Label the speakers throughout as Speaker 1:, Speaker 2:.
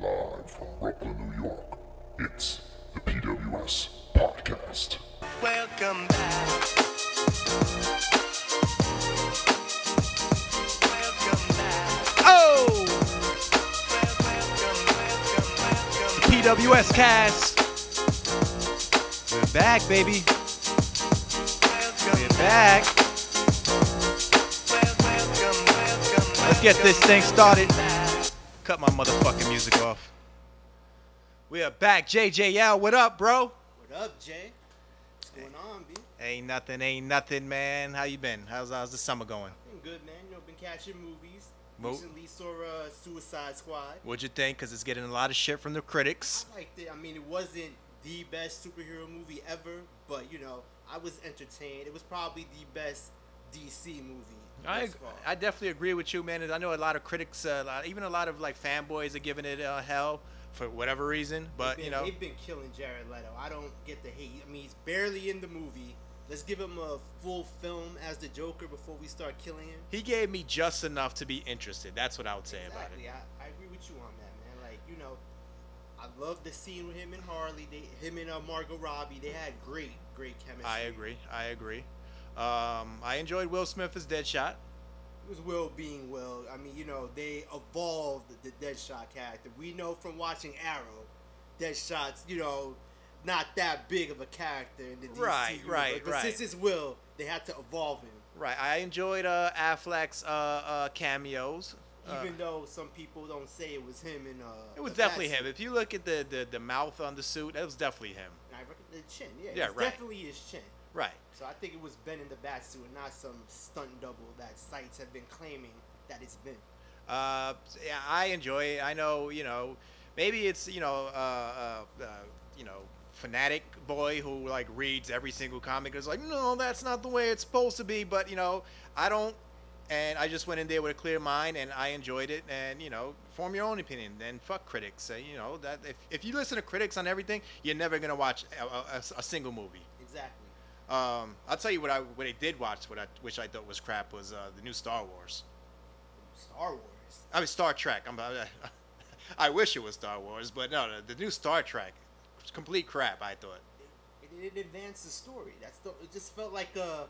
Speaker 1: Live from Brooklyn, New York, it's the PWS Podcast.
Speaker 2: Welcome back. Welcome back.
Speaker 3: Oh,
Speaker 2: Wel- welcome, welcome, welcome.
Speaker 3: PWS cast. We're back, baby. We're back. Let's get this thing started. Cut my motherfucking music off. We are back. JJ Yao, what up, bro?
Speaker 4: What up, Jay? What's going on, B?
Speaker 3: Ain't nothing, ain't nothing, man. How you been? How's, how's the summer going?
Speaker 4: Been good, man. You know, been catching movies.
Speaker 3: Mo-
Speaker 4: Recently saw uh, Suicide Squad.
Speaker 3: What'd you think? Because it's getting a lot of shit from the critics.
Speaker 4: I liked it. I mean, it wasn't the best superhero movie ever, but you know, I was entertained. It was probably the best DC movie.
Speaker 3: I,
Speaker 4: thus far.
Speaker 3: I definitely agree with you, man. and I know a lot of critics, uh, a lot, even a lot of like fanboys are giving it uh, hell for whatever reason. But
Speaker 4: Been-
Speaker 3: you know,
Speaker 4: they've been killing Jared Leto. I don't get the hate. I mean, he's barely in the movie. Let's give him a full film as the Joker before we start killing him.
Speaker 3: He gave me just enough to be interested. That's what I would say about
Speaker 4: Exactly.
Speaker 3: it.
Speaker 4: I, I agree with you on that, man. Like, you know, I love the scene with him and Harley. They, him and uh, Margot Robbie, they had great, great chemistry.
Speaker 3: I agree. I agree. Um, I enjoyed Will Smith as Deadshot.
Speaker 4: It was Will being Will. I mean, you know, they evolved the Deadshot character. We know from watching Arrow, Deadshot's, you know, not that big of a character in the DC
Speaker 3: Right,
Speaker 4: universe.
Speaker 3: right,
Speaker 4: But
Speaker 3: right.
Speaker 4: since it's Will, they had to evolve him.
Speaker 3: Right. I enjoyed uh, Affleck's uh, uh, cameos. Uh,
Speaker 4: Even though some people don't say it was him in uh,
Speaker 3: it was
Speaker 4: the
Speaker 3: definitely
Speaker 4: Batsuit.
Speaker 3: him. If you look at the, the, the mouth on the suit, that was definitely him.
Speaker 4: I reckon the chin, yeah,
Speaker 3: Yeah,
Speaker 4: yeah it's
Speaker 3: right.
Speaker 4: definitely his chin.
Speaker 3: Right.
Speaker 4: So I think it was Ben in the bat suit, not some stunt double that sites have been claiming that it's Ben.
Speaker 3: Uh, yeah, I enjoy it. I know, you know, maybe it's you know, uh, uh, uh, you know, fanatic boy who like reads every single comic is like, no, that's not the way it's supposed to be. But you know, I don't, and I just went in there with a clear mind, and I enjoyed it. And you know, form your own opinion. Then fuck critics. Uh, you know that if if you listen to critics on everything, you're never gonna watch a, a- a- a single movie.
Speaker 4: Exactly.
Speaker 3: Um, I'll tell you what I what I did watch, what I which I thought was crap was uh, the new Star Wars.
Speaker 4: Star Wars.
Speaker 3: I mean Star Trek. I'm, I, wish it was Star Wars, but no, no, the new Star Trek, it's complete crap. I thought.
Speaker 4: It, it, it advanced the story. That's the, it just felt like a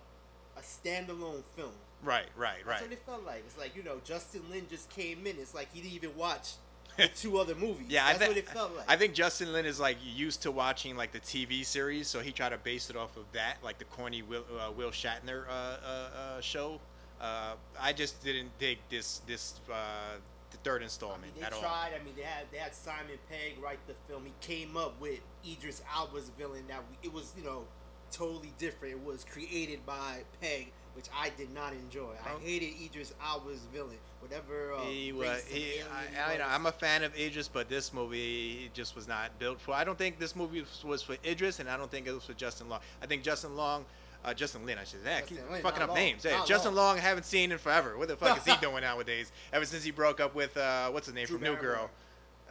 Speaker 4: a standalone film.
Speaker 3: Right, right, right.
Speaker 4: That's what it felt like. It's like you know Justin Lin just came in. It's like he didn't even watch the two other movies.
Speaker 3: Yeah,
Speaker 4: that's
Speaker 3: I think
Speaker 4: what it felt like.
Speaker 3: I think Justin Lin is like used to watching like the TV series, so he tried to base it off of that, like the corny Will, uh, Will Shatner uh, uh, uh, show. Uh, I just didn't dig this this uh, the third
Speaker 4: I mean,
Speaker 3: installment
Speaker 4: they
Speaker 3: at all.
Speaker 4: tried. I mean, they had they had Simon Pegg write the film. He came up with Idris Alba's villain. That we, it was you know totally different. It was created by Pegg, which I did not enjoy.
Speaker 3: Oh.
Speaker 4: I hated Idris Alba's villain. Whatever. Uh,
Speaker 3: he was.
Speaker 4: race and
Speaker 3: He,
Speaker 4: alien he
Speaker 3: I, I, know,
Speaker 4: was.
Speaker 3: I'm a fan of Idris, but this movie just was not built for. I don't think this movie was- was for Idris, and I don't think it was for Justin Long. I think Justin Long, uh, Justin Lin, I should say. I keep
Speaker 4: Justin Lin,
Speaker 3: fucking
Speaker 4: not
Speaker 3: up
Speaker 4: Long,
Speaker 3: names. Yeah,
Speaker 4: not
Speaker 3: Justin Long. I haven't seen in forever. What the fuck is he doing nowadays? Ever since he broke up with uh, what's his name
Speaker 4: Drew
Speaker 3: from New Girl.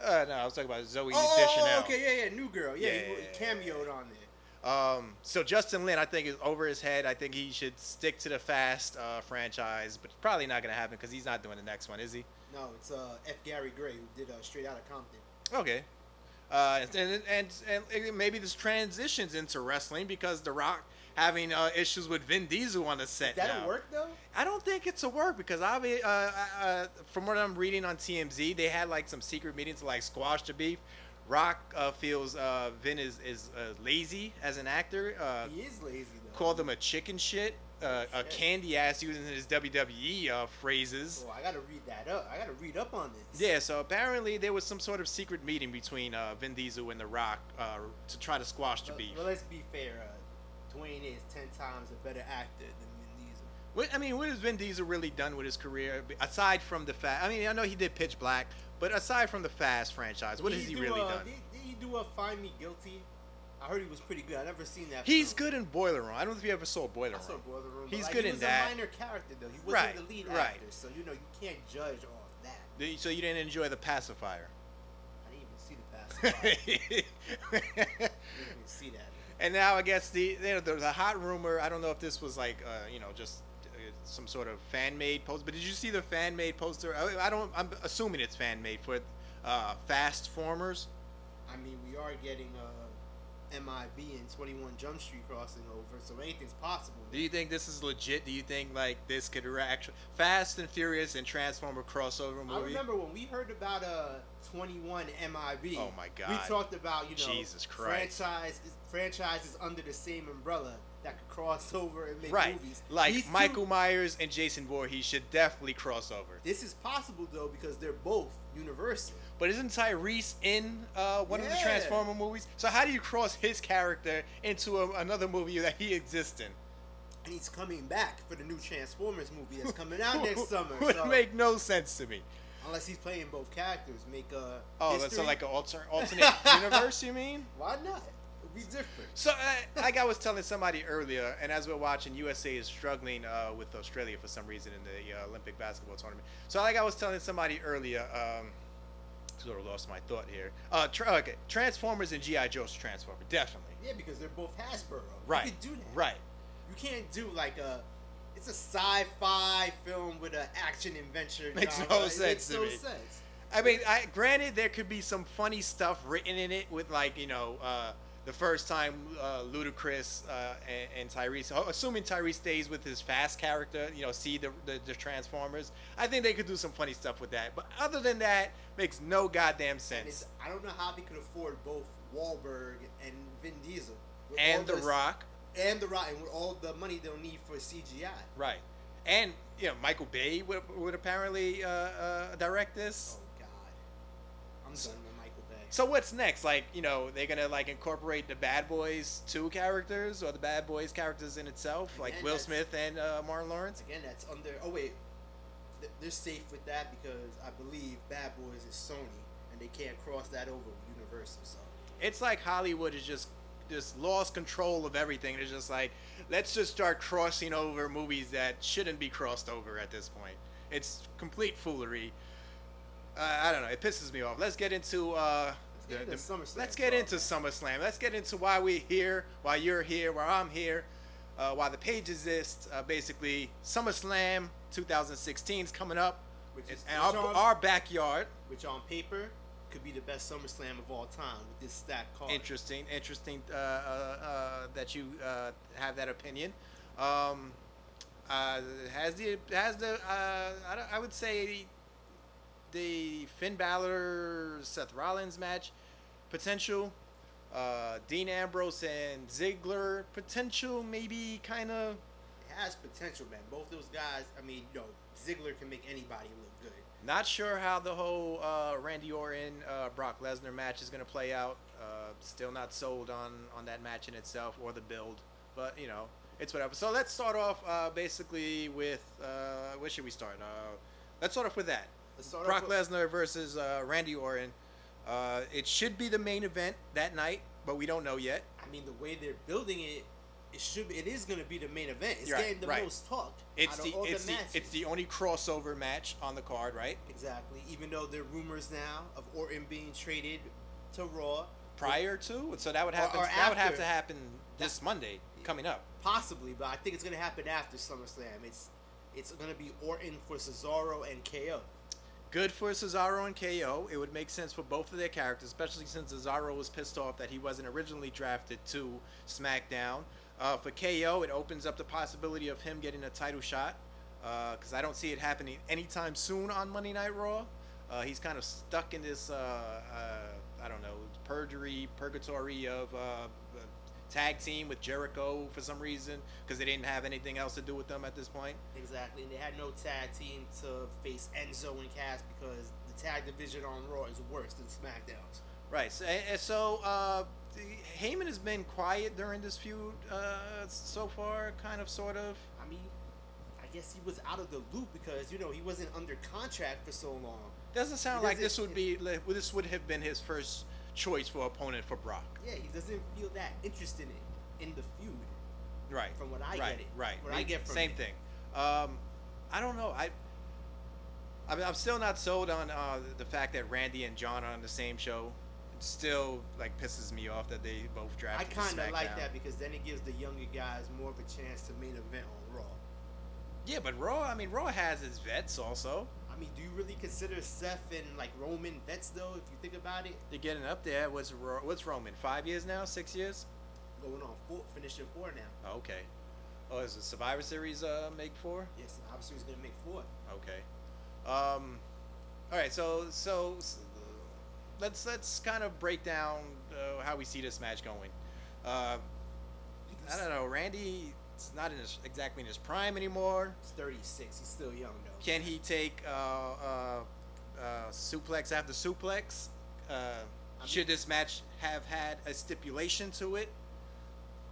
Speaker 4: Barrymore.
Speaker 3: Uh, no, I was talking about Zoe
Speaker 4: Oh,
Speaker 3: Deschanel.
Speaker 4: okay, yeah, yeah, New Girl. Yeah, he,
Speaker 3: Yeah.
Speaker 4: he cameoed on there.
Speaker 3: Um, so Justin Lin, I think, is over his head. I think he should stick to the Fast uh, franchise, but it's probably not gonna happen because he's not doing the next one, is he?
Speaker 4: No, it's uh, F. Gary Gray who did uh, Straight Outta Compton.
Speaker 3: Okay. Uh, and, and, and and maybe this transitions into wrestling because The Rock having uh, issues with Vin Diesel on the set.
Speaker 4: That'll
Speaker 3: now.
Speaker 4: work though.
Speaker 3: I don't think it's a work because obvi- uh, uh, uh, from what I'm reading on TMZ, they had like some secret meetings to like squash the beef. Rock uh, feels uh, Vin is is uh, lazy as an actor. Uh,
Speaker 4: He is lazy though.
Speaker 3: Called him a chicken shit, uh, a
Speaker 4: Shit.
Speaker 3: candy ass using his WWE uh, phrases.
Speaker 4: Oh, I gotta read that up. I gotta read up on this.
Speaker 3: Yeah, so apparently there was some sort of secret meeting between uh, Vin Diesel and The Rock uh, to try to squash the
Speaker 4: Well-
Speaker 3: beef.
Speaker 4: Uh, Well, let's be fair. Uh, Dwayne is ten times a better actor than Vin Diesel.
Speaker 3: What, I mean, what has Vin Diesel really done with his career aside from the Fast? I mean, I know he did Pitch Black, but aside from the Fast franchise, what
Speaker 4: Did
Speaker 3: has he
Speaker 4: do,
Speaker 3: really
Speaker 4: uh,
Speaker 3: done?
Speaker 4: Did, did he do a Find Me Guilty? I heard he was pretty good. I never seen that.
Speaker 3: He's
Speaker 4: film.
Speaker 3: good in Boiler Room. I don't know if you ever saw Boiler
Speaker 4: I saw
Speaker 3: Room.
Speaker 4: Boiler Room. but,
Speaker 3: He's
Speaker 4: like,
Speaker 3: good
Speaker 4: he
Speaker 3: in
Speaker 4: was
Speaker 3: that.
Speaker 4: A minor character though. He wasn't
Speaker 3: Right,
Speaker 4: the lead
Speaker 3: right.
Speaker 4: actor, so you know you can't judge off that.
Speaker 3: The- So you didn't enjoy the pacifier.
Speaker 4: I didn't even see the past. I didn't even see that.
Speaker 3: And now I guess the you know, there's a hot rumor. I don't know if this was like uh, you know just uh, some sort of fan made post, but did you see the fan made poster? I, I don't. I'm assuming it's fan made for uh, Fast Formers.
Speaker 4: I mean, we are getting uh, MIB and 21 Jump Street crossing over, so anything's possible.
Speaker 3: Do you think this is legit? Do you think like this could actually Fast and Furious and Transformer crossover
Speaker 4: I
Speaker 3: movie?
Speaker 4: remember when we heard about uh 21 MIB.
Speaker 3: Oh my
Speaker 4: We
Speaker 3: God.
Speaker 4: talked about you know
Speaker 3: Jesus Christ.
Speaker 4: franchise franchises under the same umbrella that could cross over and make
Speaker 3: right,
Speaker 4: movies.
Speaker 3: like
Speaker 4: These two-
Speaker 3: Michael Myers and Jason Voorhees should definitely cross over.
Speaker 4: this is possible though because they're both Universal.
Speaker 3: But isn't Tyrese in uh, one of the
Speaker 4: Yeah.
Speaker 3: Transformer movies? So how do you cross his character into a, another movie that he exists in?
Speaker 4: And he's coming back for the new Transformers movie that's coming out next summer.
Speaker 3: Would
Speaker 4: so-
Speaker 3: make no sense to me.
Speaker 4: unless he's playing both characters, make a
Speaker 3: Oh, that's
Speaker 4: history.
Speaker 3: so like an alter, alternate universe, you mean?
Speaker 4: why not? It'd be different.
Speaker 3: So, uh, like I was telling somebody earlier, and as we're watching, USA is struggling uh, with Australia for some reason in the uh, Olympic basketball tournament. So, like I was telling somebody earlier, um, sort of lost my thought here. Uh, tra- okay, Transformers and GI Joe's Transformer, definitely.
Speaker 4: Yeah, because they're both Hasbro.
Speaker 3: Right.
Speaker 4: You can do that.
Speaker 3: Right.
Speaker 4: You can't do like a. It's a sci-fi film with an action adventure.
Speaker 3: Makes
Speaker 4: genre.
Speaker 3: no
Speaker 4: It
Speaker 3: sense
Speaker 4: makes
Speaker 3: to
Speaker 4: no
Speaker 3: me.
Speaker 4: sense.
Speaker 3: I mean, I, granted, there could be some funny stuff written in it with, like, you know, uh, the first time uh, Ludacris uh, and, and Tyrese, oh, assuming Tyrese stays with his fast character, you know, see the, the, the Transformers, I think they could do some funny stuff with that. But other than that, makes no goddamn
Speaker 4: And it's,
Speaker 3: sense.
Speaker 4: I don't know how they could afford both Wahlberg and Vin Diesel. With
Speaker 3: And,
Speaker 4: all
Speaker 3: The
Speaker 4: this-
Speaker 3: Rock,
Speaker 4: And The Rock, and with all the money they'll need for CGI.
Speaker 3: right. And, you know, Michael Bay would, would apparently uh, uh, direct this.
Speaker 4: Oh God, I'm done with Michael Bay.
Speaker 3: So what's next? Like, you know, they're gonna like incorporate the Bad Boys two characters or the Bad Boys characters in itself, like
Speaker 4: Again,
Speaker 3: Will
Speaker 4: that's-
Speaker 3: Smith and uh, Martin Lawrence.
Speaker 4: Again, that's under. Oh wait, Th- they're safe with that because I believe Bad Boys is Sony, and they can't cross that over with Universal. So
Speaker 3: It's like Hollywood is just just lost control of everything. It's just like let's just start crossing over movies that shouldn't be crossed over at this point. It's complete foolery. Uh, I don't know. It pisses me off. Let's get into uh,
Speaker 4: Let's get into SummerSlam.
Speaker 3: Let's get
Speaker 4: Fuck,
Speaker 3: into
Speaker 4: man.
Speaker 3: SummerSlam. Let's get into why we're here, why you're here, why I'm here, uh, why the page exists. Uh, basically, SummerSlam 2016 is coming up.
Speaker 4: Which
Speaker 3: It's
Speaker 4: is-
Speaker 3: in our,
Speaker 4: which are-
Speaker 3: our backyard.
Speaker 4: which on paper could be the best SummerSlam of all time with this stacked card.
Speaker 3: Interesting, interesting uh, uh, uh, that you uh, have that opinion. Um, uh, has the has the uh, I, don't- I would say the Finn Balor Seth Rollins match potential. Uh, Dean Ambrose and Ziggler potential maybe kind of
Speaker 4: It has potential, man. Both those guys. I mean, you know, Ziggler can make anybody look good.
Speaker 3: not sure how the whole uh, Randy Orton uh, Brock Lesnar match is gonna play out. Uh, still not sold on on that match in itself or the build, but you know it's whatever. So let's start off uh, basically with uh, where should we start? Uh, let's start off with that.
Speaker 4: Let's start
Speaker 3: Brock
Speaker 4: off with-
Speaker 3: Lesnar versus uh, Randy Orton. Uh, it should be the main event that night, but we don't know yet.
Speaker 4: I mean, the way they're building it, it should. Be, it is going to be the main event. It's
Speaker 3: Right,
Speaker 4: getting the
Speaker 3: right.
Speaker 4: most talk.
Speaker 3: It's
Speaker 4: out of
Speaker 3: the
Speaker 4: all
Speaker 3: it's
Speaker 4: the,
Speaker 3: the,
Speaker 4: matches.
Speaker 3: it's the only crossover match on the card, right?
Speaker 4: Exactly. Even though there are rumors now of Orton being traded to Raw,
Speaker 3: Prior to, so that would
Speaker 4: Or-
Speaker 3: happen.
Speaker 4: or
Speaker 3: that would have
Speaker 4: after.
Speaker 3: to happen this Monday coming up.
Speaker 4: possibly, but I think it's gonna happen after SummerSlam. It's it's gonna be Orton for Cesaro and KO.
Speaker 3: Good for Cesaro and KO. It would make sense for both of their characters, especially since Cesaro was pissed off that he wasn't originally drafted to SmackDown. Uh, for KO, it opens up the possibility of him getting a title shot because I don't see it happening anytime soon on Monday Night Raw. Uh, he's kind of stuck in this, uh, uh, I don't know, perjury, purgatory of uh, uh, tag team with Jericho for some reason because they didn't have anything else to do with them at this point.
Speaker 4: Exactly, and they had no tag team to face Enzo and Cass because the tag division on Raw is worse than SmackDown's.
Speaker 3: Right. So, and- and so uh, the- Heyman has been quiet during this feud uh, so far, kind of, sort of.
Speaker 4: I mean, I guess he was out of the loop because you know he wasn't under contract for so long.
Speaker 3: Doesn't sound
Speaker 4: Because
Speaker 3: like this
Speaker 4: it-
Speaker 3: would be like, well, this would have been his first choice for opponent for Brock.
Speaker 4: Yeah, he doesn't feel that interested in in the feud.
Speaker 3: Right.
Speaker 4: From what I
Speaker 3: right,
Speaker 4: get it.
Speaker 3: Right.
Speaker 4: What I get from
Speaker 3: same
Speaker 4: it.
Speaker 3: thing. Um, I don't know. I. I mean, I'm still not sold on uh, the fact that Randy and John are on the same show. It still like pisses me off that they both
Speaker 4: I
Speaker 3: drafted. to
Speaker 4: kind of like
Speaker 3: SmackDown.
Speaker 4: that because then it gives the younger guys more of a chance to main event on Raw.
Speaker 3: Yeah, but Raw. I mean, Raw has its vets also.
Speaker 4: I mean, do you really consider Seth and like Roman vets though? If you think about it,
Speaker 3: They're getting up there. What's Ro- what's Roman? Five years now? Six years?
Speaker 4: going on four, finishing four now.
Speaker 3: Oh, okay. Oh, is the Survivor Series uh make four?
Speaker 4: Yes, obviously he's gonna make four.
Speaker 3: Okay. Um, all right. So so s- let's let's kind of break down uh, how we see this match going. Uh, I don't know. Randy is not in his, exactly in his prime anymore.
Speaker 4: He's 36. He's still young though.
Speaker 3: Can he take uh, uh, uh, suplex after suplex? Uh,
Speaker 4: mean-
Speaker 3: should this match have had a stipulation to it?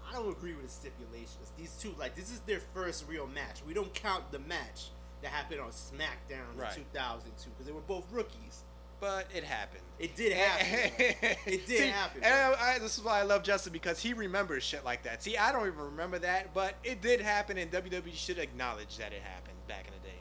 Speaker 4: I don't agree with the stipulations. These two, like, this is their first real match. We don't count the match that happened on SmackDown
Speaker 3: Right.
Speaker 4: in 2002 because they were both rookies.
Speaker 3: But it happened.
Speaker 4: It did happen. though. it did
Speaker 3: See,
Speaker 4: happen.
Speaker 3: And
Speaker 4: though.
Speaker 3: I, I- this is why I love Justin because he remembers shit like that. See, I don't even remember that, but it did happen, and WWE should acknowledge that it happened back in the day.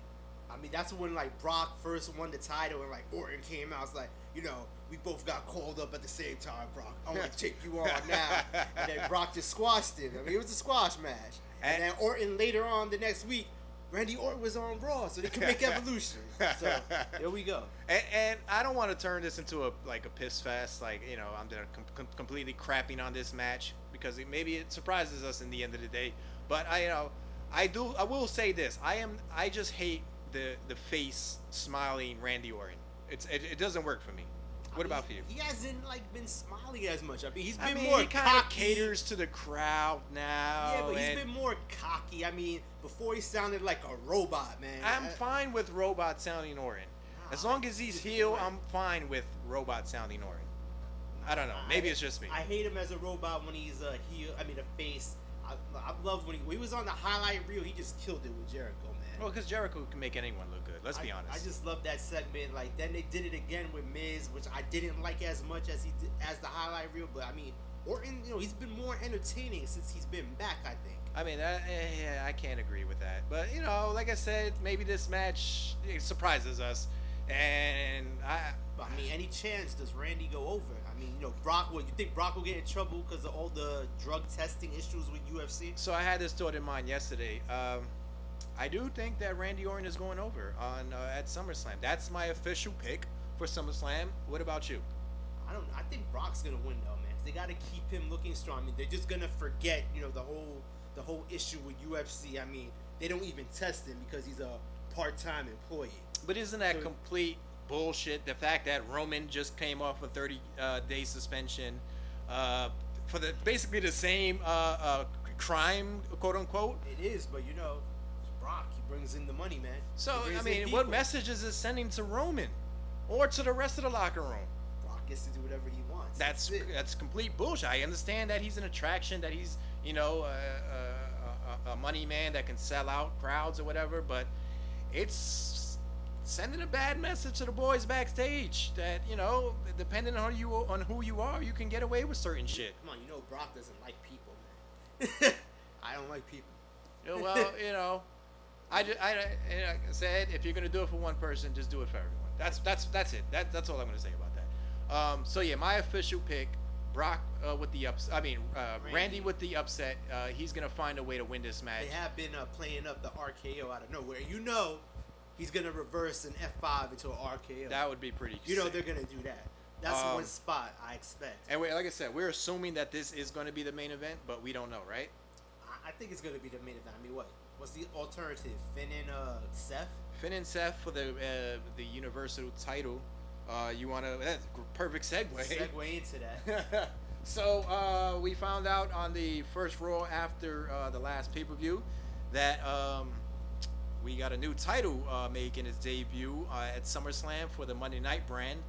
Speaker 4: I mean, that's when like Brock first won the title and like Orton came out. It's like, you know, we both got called up at the same time, Brock. I want to take you on now. And then Brock just squashed him. I mean, it was a squash match. And,
Speaker 3: And-
Speaker 4: then Orton later on the next week, Randy Orton was on Raw, so they could make evolution. So there we go.
Speaker 3: And, and I don't want to turn this into a like a piss fest. Like you know, I'm gonna com- com- completely crapping on this match because it, maybe it surprises us in the end of the day. But I you know, I do. I will say this. I am. I just hate the the face smiling Randy Orton. It's it, it doesn't work for me. What about for you?
Speaker 4: He hasn't like been smiling as much. I mean, he's been
Speaker 3: I mean,
Speaker 4: more
Speaker 3: he kind of
Speaker 4: cocky.
Speaker 3: caters to the crowd now.
Speaker 4: yeah, but he's
Speaker 3: and
Speaker 4: been more cocky. I mean, before he sounded like a robot, man. Uh,
Speaker 3: I'm
Speaker 4: I-
Speaker 3: fine with robot sounding Orin. As long as he's heel, I'm fine with robot sounding Orin. I don't know. Maybe it's just me.
Speaker 4: I hate him as a robot when he's a heel. I mean, a face. I, I love when he, when he was on the highlight reel. He just killed it with Jericho, man.
Speaker 3: Well, because Jericho can make anyone look good. Oh, Let's
Speaker 4: I,
Speaker 3: be honest.
Speaker 4: I just love that segment. Like then they did it again with Miz, which I didn't like as much as he did, as the highlight reel. But I mean, Orton, you know, he's been more entertaining since he's been back. I think.
Speaker 3: I mean, I, yeah, I can't agree with that. But you know, like I said, maybe this match it surprises us, and I.
Speaker 4: But, I mean, any chance does Randy go over? I mean, you know, Brock. Will you think Brock will get in trouble because of all the drug testing issues with UFC?
Speaker 3: So I had this thought in mind yesterday. Um, I do think that Randy Orton is going over on uh, at SummerSlam. That's my official pick for SummerSlam. What about you?
Speaker 4: I don't. I think Brock's gonna win though, man. 'cause They gotta keep him looking strong. I mean, they're just gonna forget, you know, the whole the whole issue with UFC. I mean, they don't even test him because he's a part-time employee.
Speaker 3: But isn't that
Speaker 4: So-
Speaker 3: complete bullshit? The fact that Roman just came off a 30 uh, day suspension uh, for the basically the same uh, uh, crime, quote unquote.
Speaker 4: It is, but you know, it's Brock. He brings in the money, man.
Speaker 3: So
Speaker 4: He brings
Speaker 3: I
Speaker 4: in
Speaker 3: mean, what
Speaker 4: people.
Speaker 3: message is it sending to Roman or to the rest of the locker room?
Speaker 4: Brock gets to do whatever he wants.
Speaker 3: That's
Speaker 4: it.
Speaker 3: that's complete bullshit. I understand that he's an attraction, that he's you know a, a, a money man that can sell out crowds or whatever, but it's sending a bad message to the boys backstage that you know depending on you on who you are, you can get away with certain shit.
Speaker 4: Come on, you know Brock doesn't like people, man. I don't like people.
Speaker 3: You know, Well, you know, I just I, I- like I said if you're gonna do it for one person, just do it for everyone. That's that's that's it. That that's all I'm gonna say about that. Um, so yeah, my official pick, Brock uh, with the ups. I mean, uh, Randy.
Speaker 4: Randy.
Speaker 3: with the upset. Uh, he's gonna find a way to win this match.
Speaker 4: They have been uh, playing up the RKO out of nowhere. You know, he's gonna reverse an F5 into an RKO.
Speaker 3: That would be pretty.
Speaker 4: You know
Speaker 3: sick.
Speaker 4: they're gonna do that. That's
Speaker 3: Um,
Speaker 4: one spot I expect.
Speaker 3: And wait, like I said, we're assuming that this is gonna be the main event, but we don't know, right?
Speaker 4: I- I think it's gonna be the main event. I mean, what? What's the alternative? Finn and uh, Seth.
Speaker 3: Finn and Seth for the uh, the Universal title. Uh, you wanna? That's a perfect
Speaker 4: Segue into that.
Speaker 3: so uh, we found out on the first Raw after uh, the last pay per view that um, we got a new title uh, making its debut uh, at SummerSlam for the Monday Night brand,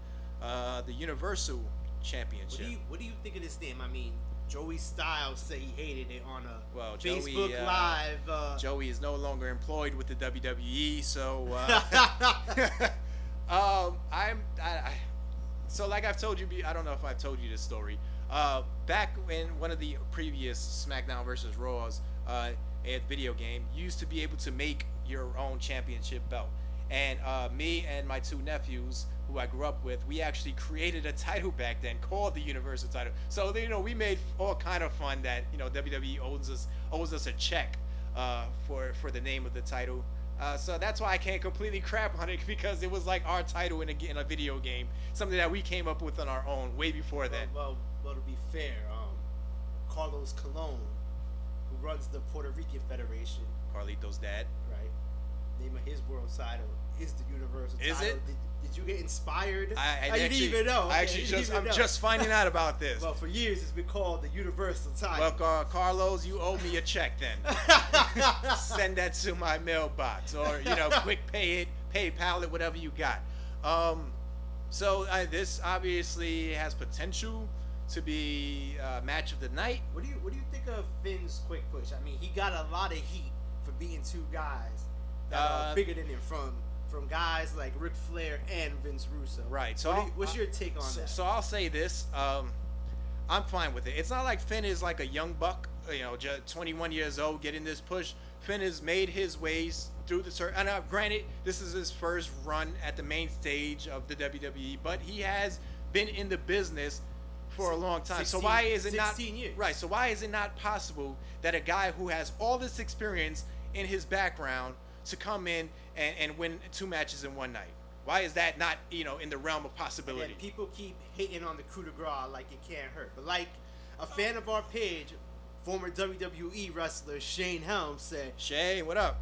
Speaker 3: uh, the Universal
Speaker 4: What
Speaker 3: Championship.
Speaker 4: do you What do you think of this name? I mean, Joey Styles said he hated it on a
Speaker 3: Well, Joey,
Speaker 4: Facebook
Speaker 3: uh,
Speaker 4: Live. Uh,
Speaker 3: Joey is no longer employed with the WWE, so uh, um, I'm I, I, so like I've told you, be- I don't know if I've told you this story. Uh, back in one of the previous SmackDown versus Raws uh, at video game, you used to be able to make your own championship belt. And uh, me and my two nephews, who I grew up with, we actually created a title back then called the Universal Title. So you know, we made all kind of E fun that you know WWE owes us owes us a check uh, for for the name of the title. Uh, so that's why I can't completely crap on it because it was like our title in a, g- in a video game, something that we came up with on our own way before
Speaker 4: Well,
Speaker 3: then.
Speaker 4: well, well, to be fair, um, Carlos Colon, who runs the Puerto Rican Federation,
Speaker 3: Carlito's dad.
Speaker 4: right? Name of his world title is the Universal
Speaker 3: Is
Speaker 4: title.
Speaker 3: it?
Speaker 4: Did, did you get inspired?
Speaker 3: I, I
Speaker 4: Oh, you
Speaker 3: actually,
Speaker 4: didn't even know.
Speaker 3: I
Speaker 4: Okay,
Speaker 3: actually
Speaker 4: you didn't
Speaker 3: just,
Speaker 4: even
Speaker 3: I'm
Speaker 4: know.
Speaker 3: just finding out about this.
Speaker 4: Well,
Speaker 3: well,
Speaker 4: for years it's been called the Universal title.
Speaker 3: uh, Carlos, you owe me a check then. Send that to my mailbox or, you know, quick pay it, PayPal it, whatever you got. Um, so uh, this obviously has potential to be uh, match of the night.
Speaker 4: What do you What do you think of Finn's quick push? I mean, he got a lot of heat for being two guys that
Speaker 3: Uh,
Speaker 4: are bigger than him from from guys like Ric Flair and Vince Russo.
Speaker 3: Right, so
Speaker 4: So,
Speaker 3: I'll-
Speaker 4: what's
Speaker 3: I-
Speaker 4: your take on
Speaker 3: so,
Speaker 4: that?
Speaker 3: so I'll say this. Um, I'm fine with it. It's not like Finn is like a young buck, you know, just 21 years old, getting this push. Finn has made his ways through the circuit. And uh, granted, this is his first run at the main stage of the WWE, but he has been in the business for a long time. so
Speaker 4: 16
Speaker 3: why is it not
Speaker 4: 16 years.
Speaker 3: right? So why is it not possible that a guy who has all this experience in his background to come in and, and win two matches in one night? Why is that not you know in the realm of
Speaker 4: And
Speaker 3: possibility?
Speaker 4: people keep hating on the coup de grace like it can't hurt. But like a fan of our page, former WWE wrestler Shane Helms said,
Speaker 3: Shay, what up?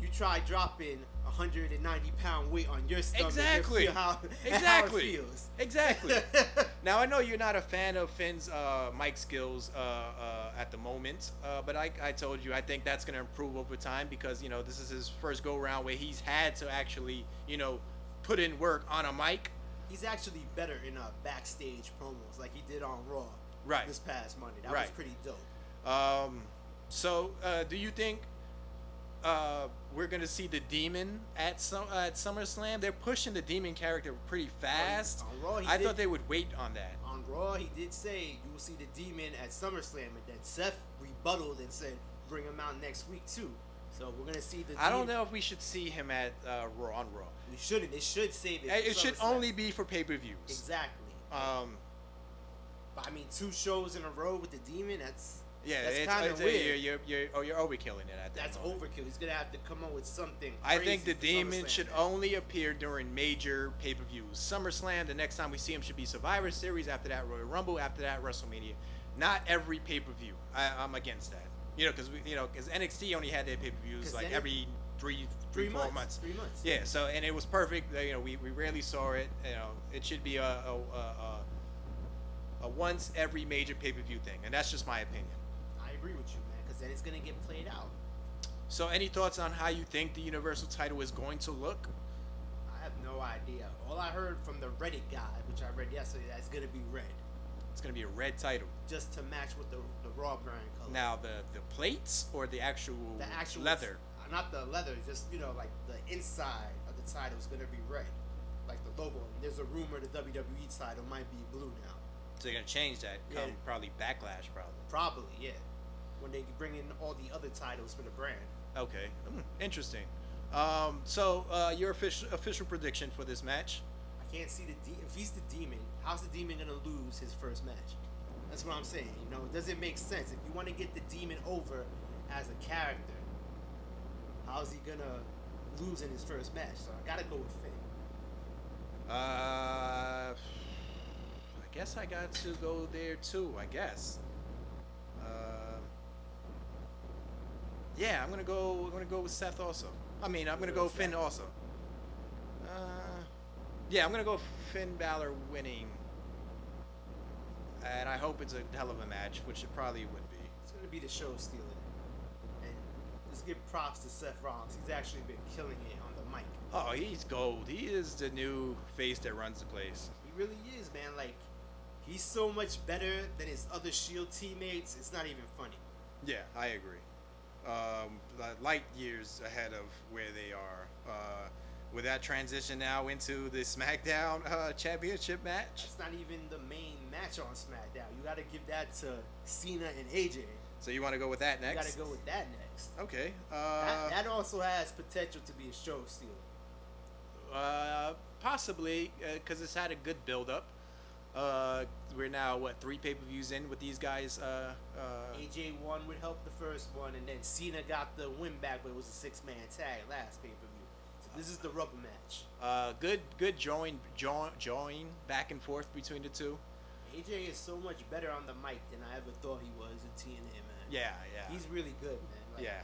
Speaker 4: "You try dropping a 190 pound weight on your stomach. and
Speaker 3: Exactly.
Speaker 4: feel how- and how it
Speaker 3: exactly.
Speaker 4: feels."
Speaker 3: Exactly. now I know you're not a fan of Finn's uh, mic skills uh, uh, at the moment, uh, but I, I told you I think that's going to improve over time because you know this is his first go round where he's had to actually you know put in work on a mic.
Speaker 4: He's actually better in uh, backstage promos like he did on Raw
Speaker 3: Right.
Speaker 4: this past Monday. That was
Speaker 3: Right.
Speaker 4: pretty dope.
Speaker 3: Um, so uh, do you think? Uh, we're gonna see the demon at some at SummerSlam. They're pushing the demon character pretty fast.
Speaker 4: on Raw, Oh, he
Speaker 3: I
Speaker 4: did- Oh,
Speaker 3: thought they would wait on that.
Speaker 4: On Raw, he did say you will see the demon at SummerSlam, and then Seth rebutted and said, bring him out next week too. So we're gonna see the.
Speaker 3: I don't
Speaker 4: Demon.
Speaker 3: know if we should see him at uh, Raw on Raw.
Speaker 4: We shouldn't. It should save it.
Speaker 3: It,
Speaker 4: for
Speaker 3: it should
Speaker 4: SummerSlam.
Speaker 3: only be for pay per views.
Speaker 4: Exactly.
Speaker 3: Um,
Speaker 4: But I mean, two shows in a row with the demon. That's
Speaker 3: yeah,
Speaker 4: That's
Speaker 3: it's,
Speaker 4: kinda
Speaker 3: it's,
Speaker 4: weird.
Speaker 3: You're, you're, you're, oh, you're overkilling it. At that
Speaker 4: that's
Speaker 3: moment.
Speaker 4: overkill. He's gonna have to come up with something.
Speaker 3: I think the
Speaker 4: crazy for
Speaker 3: demon
Speaker 4: SummerSlam.
Speaker 3: should only appear during major pay per views. SummerSlam, the next time we see him should be Survivor Series, after that, Royal Rumble, after that, WrestleMania. Not every pay per view. I'm against that. You know, because you know, 'cause NXT only had their pay per
Speaker 4: 'Cause
Speaker 3: views like
Speaker 4: then-
Speaker 3: every three,
Speaker 4: three
Speaker 3: three, four
Speaker 4: months,
Speaker 3: months.
Speaker 4: Three months.
Speaker 3: Yeah. So and it was perfect. uh, You know, we, we rarely saw it. You know, it should be a a, a, a, a once every major pay per view thing, and that's just my opinion.
Speaker 4: I agree with you, man. Because then it's gonna get played out.
Speaker 3: So, any thoughts on how you think the Universal title is going to look?
Speaker 4: I have no idea. All I heard from the Reddit guy, which I read yesterday, that's gonna be red,
Speaker 3: It's going to be a red title.
Speaker 4: just to match with the the raw brand color.
Speaker 3: Now, the the plates or the actual
Speaker 4: the actual
Speaker 3: leather.
Speaker 4: uh, not the leather, just you know, like the inside of the title is gonna be red, like the logo. And there's a rumor the WWE title might be blue now.
Speaker 3: So they're going to change that. Come
Speaker 4: Yeah.
Speaker 3: probably backlash, probably.
Speaker 4: Probably, yeah. When they bring in all the other titles for the brand.
Speaker 3: Okay. Mm, interesting. Um, so, uh, your official official prediction for this match?
Speaker 4: I can't see the de- if he's the demon, how's the demon gonna lose his first match? That's what I'm saying. You know, it doesn't make sense. If you want to get the demon over as a character, how's he gonna lose in his first match? So I gotta go with Finn.
Speaker 3: Uh, I guess I got to go there too. I guess. Uh, yeah, I'm gonna go. I'm gonna go with Seth also. I mean, I'm gonna go
Speaker 4: Who's
Speaker 3: Finn
Speaker 4: that?
Speaker 3: also. Uh, yeah, I'm gonna go Finn Balor winning. And I hope it's a hell of a match, which it probably would be.
Speaker 4: It's gonna be the show stealing. And let's give props to Seth Rollins. He's actually been killing it on the mic.
Speaker 3: Oh, he's gold. He is the new face that runs the place.
Speaker 4: He really is, man. Like, he's so much better than his other Shield E teammates. It's not even funny.
Speaker 3: Yeah, I agree. Um, li- light years ahead of where they are. Uh, with that transition now into the SmackDown uh, Championship match,
Speaker 4: That's not even the main match on SmackDown. You gotta give that to Cena and AJ.
Speaker 3: so you want to go with that
Speaker 4: You
Speaker 3: next?
Speaker 4: gotta go with that next.
Speaker 3: Okay. Uh,
Speaker 4: That, that also has potential to be a show stealer.
Speaker 3: uh, possibly because it's had a good build up. Uh, uh, we're now what three pay per views in with these guys. Uh, uh,
Speaker 4: AJ won would help the first one, and then Cena got the win back, but it was a six man tag last pay per view. So this is the rubber match.
Speaker 3: uh, good, good join, join, join back and forth between the two.
Speaker 4: AJ is so much better on the mic than I ever thought he was in TNA, man.
Speaker 3: Yeah, yeah,
Speaker 4: He's really good, man. Like,
Speaker 3: yeah.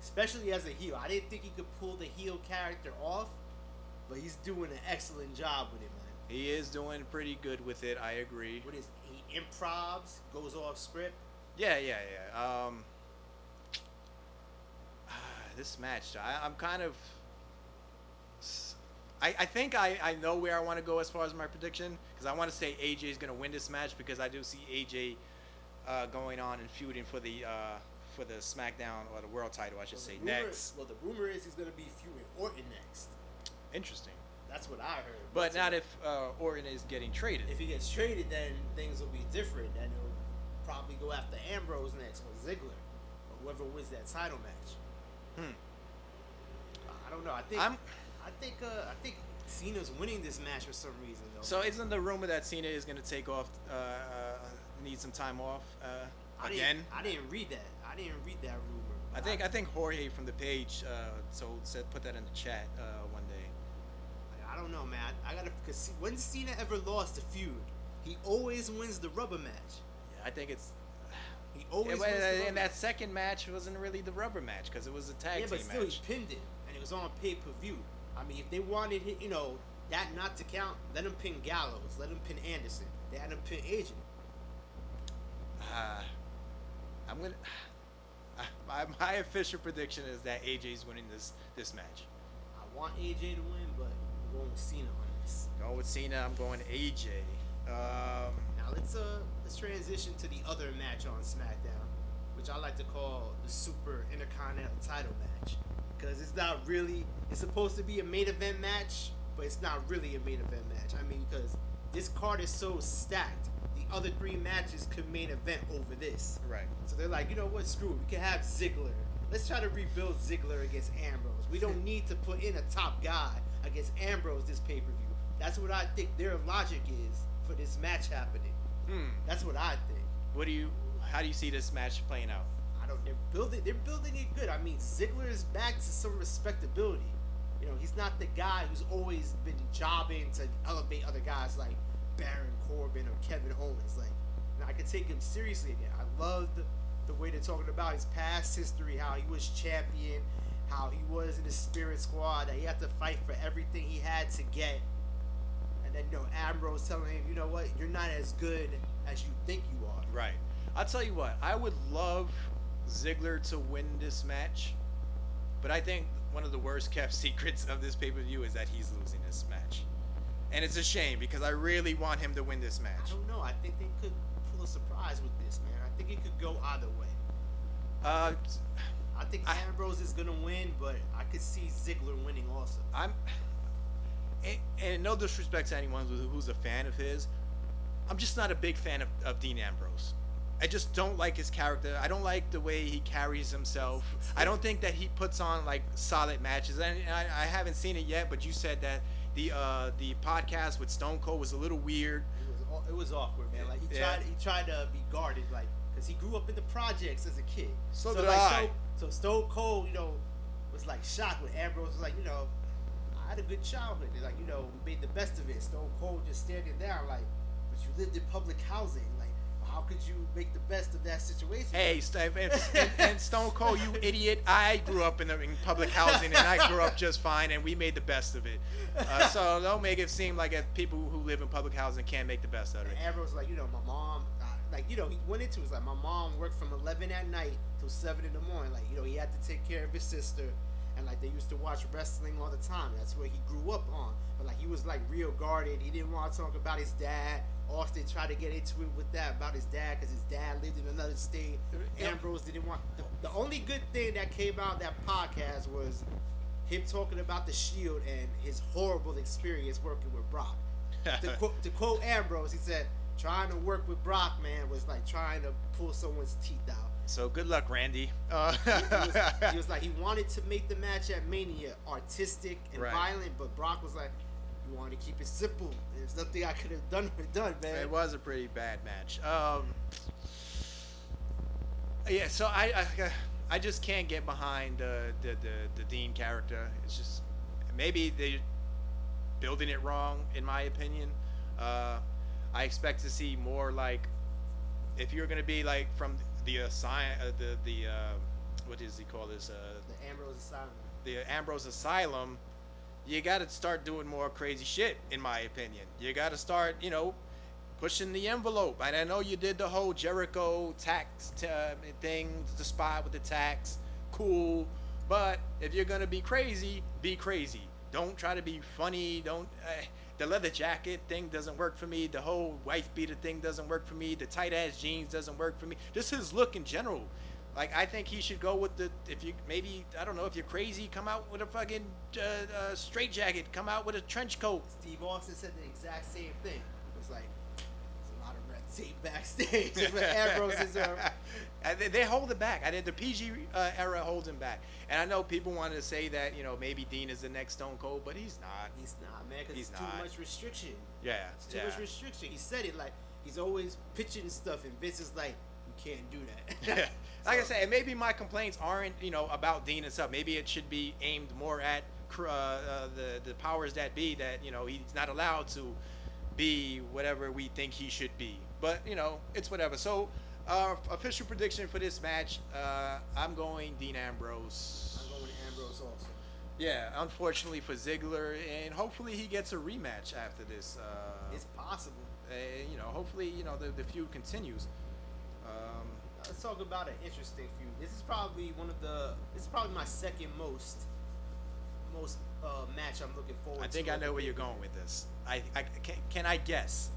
Speaker 4: Especially as a heel. I didn't think he could pull the heel character off, but he's doing an excellent job with it, man.
Speaker 3: He is doing pretty good with it. I agree.
Speaker 4: What is he improvs, goes off script.
Speaker 3: Yeah, yeah, yeah. Um, this match, I, I'm kind of. s- I, I think I, I know where I want to go as far as my prediction because I want to say AJ is going to win this match because I do see AJ uh, going on and feuding for the uh, for the SmackDown or the World title, I should say
Speaker 4: the rumor-
Speaker 3: next.
Speaker 4: Well, the rumor is he's going to be feuding Orton next.
Speaker 3: Interesting,
Speaker 4: That's what I heard.
Speaker 3: but
Speaker 4: That's
Speaker 3: not
Speaker 4: what-
Speaker 3: if uh, Orton is getting traded.
Speaker 4: If he gets traded, then things will be different. Then he'll probably go after Ambrose next or Ziggler or whoever wins that title match.
Speaker 3: Hmm.
Speaker 4: I don't know. I think
Speaker 3: I'm-
Speaker 4: I think uh, I think Cena's winning this match for some reason though.
Speaker 3: So isn't the rumor that Cena is going to take off, uh, uh, need some time off uh,
Speaker 4: I didn't-
Speaker 3: again?
Speaker 4: I didn't read that. I didn't read that rumor.
Speaker 3: I think I think Jorge from the page uh, so said put that in the chat uh, one day.
Speaker 4: I, I don't know, man. I, I gotta because when Cena ever lost a feud, he always wins the rubber match.
Speaker 3: I think it's
Speaker 4: He always
Speaker 3: and,
Speaker 4: wins the rubber
Speaker 3: and that
Speaker 4: match.
Speaker 3: second match wasn't really the rubber match because it was a tag
Speaker 4: yeah,
Speaker 3: team
Speaker 4: but still
Speaker 3: match.
Speaker 4: he pinned it, and it was on pay per view. I mean, if they wanted, it, you know, that not to count, let him pin Gallows, let him pin Anderson, they had him pin Agent.
Speaker 3: Uh, I'm gonna. I- My, my official prediction is that AJ's winning this this match.
Speaker 4: I want AJ to win, but I'm going with Cena on this.
Speaker 3: Going with Cena, I'm going AJ. Um,
Speaker 4: Now let's uh let's transition to the other match on SmackDown, which I like to call the Super Intercontinental Title match, because it's not really it's supposed to be a main event match, but it's not really a main event match. I mean, because this card is so stacked, the other three matches could main event over this.
Speaker 3: right.
Speaker 4: So they're like, you know what, screw it. We can have Ziggler. Let's try to rebuild Ziggler against Ambrose. We don't need to put in a top guy against Ambrose this pay per view. That's what I think their logic is for this match happening.
Speaker 3: Hmm.
Speaker 4: That's what I think.
Speaker 3: What do you? How do you see this match playing out?
Speaker 4: I don't. They're building. They're building it good. I mean, Ziggler is back to some respectability. You know, he's not the guy who's always been jobbing to elevate other guys like Baron Corbin or Kevin Owens. Like, you know, I could take him seriously again. I loved the way they're talking about his past history, how he was champion, how he was in the Spirit Squad, that he had to fight for everything he had to get. And then, you know, Ambrose telling him, you know what, you're not as good as you think you are.
Speaker 3: Right. I'll tell you what, I would love Ziggler to win this match, but I think one of the worst kept secrets of this pay per view is that he's losing this match. And it's a shame because I really want him to win this
Speaker 4: I
Speaker 3: match.
Speaker 4: don't know. I think they could pull a surprise with this, man. I think it could go either way.
Speaker 3: Uh,
Speaker 4: I think
Speaker 3: I-
Speaker 4: Ambrose is gonna win, but I could see Ziggler winning also.
Speaker 3: I'm. And, and no disrespect to anyone who- who's a fan of his, I'm just not a big fan of, of Dean Ambrose. I just don't like his character. I don't like the way he carries himself. I don't think that he puts on like solid matches. And and I, I haven't seen it yet, but you said that the uh, the podcast with Stone Cold was a little weird.
Speaker 4: It was aw- it was awkward, man. Like he
Speaker 3: Yeah.
Speaker 4: tried he tried to be guarded, like because he grew up in the projects as a kid.
Speaker 3: So did
Speaker 4: like,
Speaker 3: I.
Speaker 4: So, so Stone Cold, you know, was like shocked when Ambrose was like, you know, I had a good childhood. They're like, you know, we made the best of it. Stone Cold just standing down, like, but you lived in public housing, like. How could you make the best of that situation?
Speaker 3: Hey, St- and, and, and Stone Cold, you idiot! I grew up in, the, in public housing, and I grew up just fine, and we made the best of it. Uh, so don't make it seem like if people who live in public housing can't make the best out of it.
Speaker 4: And Ambrose was like, you know, my mom, uh, like, you know, he went into it. It's like, my mom worked from 11 at night till 7 in the morning. Like, you know, he had to take care of his sister. And, like, they used to watch wrestling all the time. That's what he grew up on. But, like, he was, like, real guarded. He didn't want to talk about his dad. Austin tried to get into it with that about his dad because his dad lived in another state.
Speaker 3: Yeah.
Speaker 4: Ambrose didn't want. The, the only good thing that came out of that podcast was him talking about the Shield and his horrible experience working with Brock to, quote, to quote Ambrose, he said, "Trying to work with Brock, man, was like trying to pull someone's teeth out."
Speaker 3: So good luck, Randy. Uh,
Speaker 4: He was, he was like, he wanted to make the match at Mania artistic and
Speaker 3: Right.
Speaker 4: violent, but Brock was like, You want to keep it simple. There's nothing I could have done done, man.
Speaker 3: It was a pretty bad match. Um, yeah, so I, I I just can't get behind uh, the, the the Dean character. It's just maybe they building it wrong, in my opinion. Uh, I expect to see more like if you're gonna be like from the uh, sci- uh, the the uh, what does he call this uh,
Speaker 4: the Ambrose Asylum.
Speaker 3: the Ambrose Asylum, you got to start doing more crazy shit, in my opinion. You got to start, you know, pushing the envelope. And I know you did the whole Jericho tax t- uh, thing, the spot with the tax. Cool. But if you're going to be crazy, be crazy. Don't try to be funny. Don't. Uh, the leather jacket thing doesn't work for me. The whole wife beater thing doesn't work for me. The tight ass jeans doesn't work for me. Just his look in general. Like I think he should go with the if you maybe I don't know if you're crazy come out with a fucking uh, uh, straight jacket come out with a trench coat
Speaker 4: Steve Austin said the exact same thing. It was like, there's a lot of red tape backstage. but Ambrose is um, there.
Speaker 3: Uh, they, they hold it back. I did the PG uh, era holds him back, and I know people wanted to say that you know maybe Dean is the next Stone Cold, but he's not.
Speaker 4: He's not, man, because
Speaker 3: He's
Speaker 4: it's too
Speaker 3: not.
Speaker 4: much restriction.
Speaker 3: Yeah,
Speaker 4: It's too
Speaker 3: yeah.
Speaker 4: much restriction. He said it like he's always pitching stuff, and Vince is like, you can't do that.
Speaker 3: like I
Speaker 4: So,
Speaker 3: said, and maybe my complaints aren't you know about Dean and stuff. Maybe it should be aimed more at cr- uh, uh, the the powers that be that you know he's not allowed to be whatever we think he should be. But you know it's whatever. So uh, official prediction for this match, uh, I'm going Dean Ambrose.
Speaker 4: I'm going with Ambrose also.
Speaker 3: Yeah, unfortunately for Ziggler, and hopefully he gets a rematch after this. Uh,
Speaker 4: It's possible.
Speaker 3: uh, you know, hopefully you know the, the feud continues. Um,
Speaker 4: Now, Let's talk about an interesting feud. This is probably one of the. This is probably my second most, most uh, match I'm looking forward
Speaker 3: I think
Speaker 4: to.
Speaker 3: I know where you're going with this. I, I can, can I guess?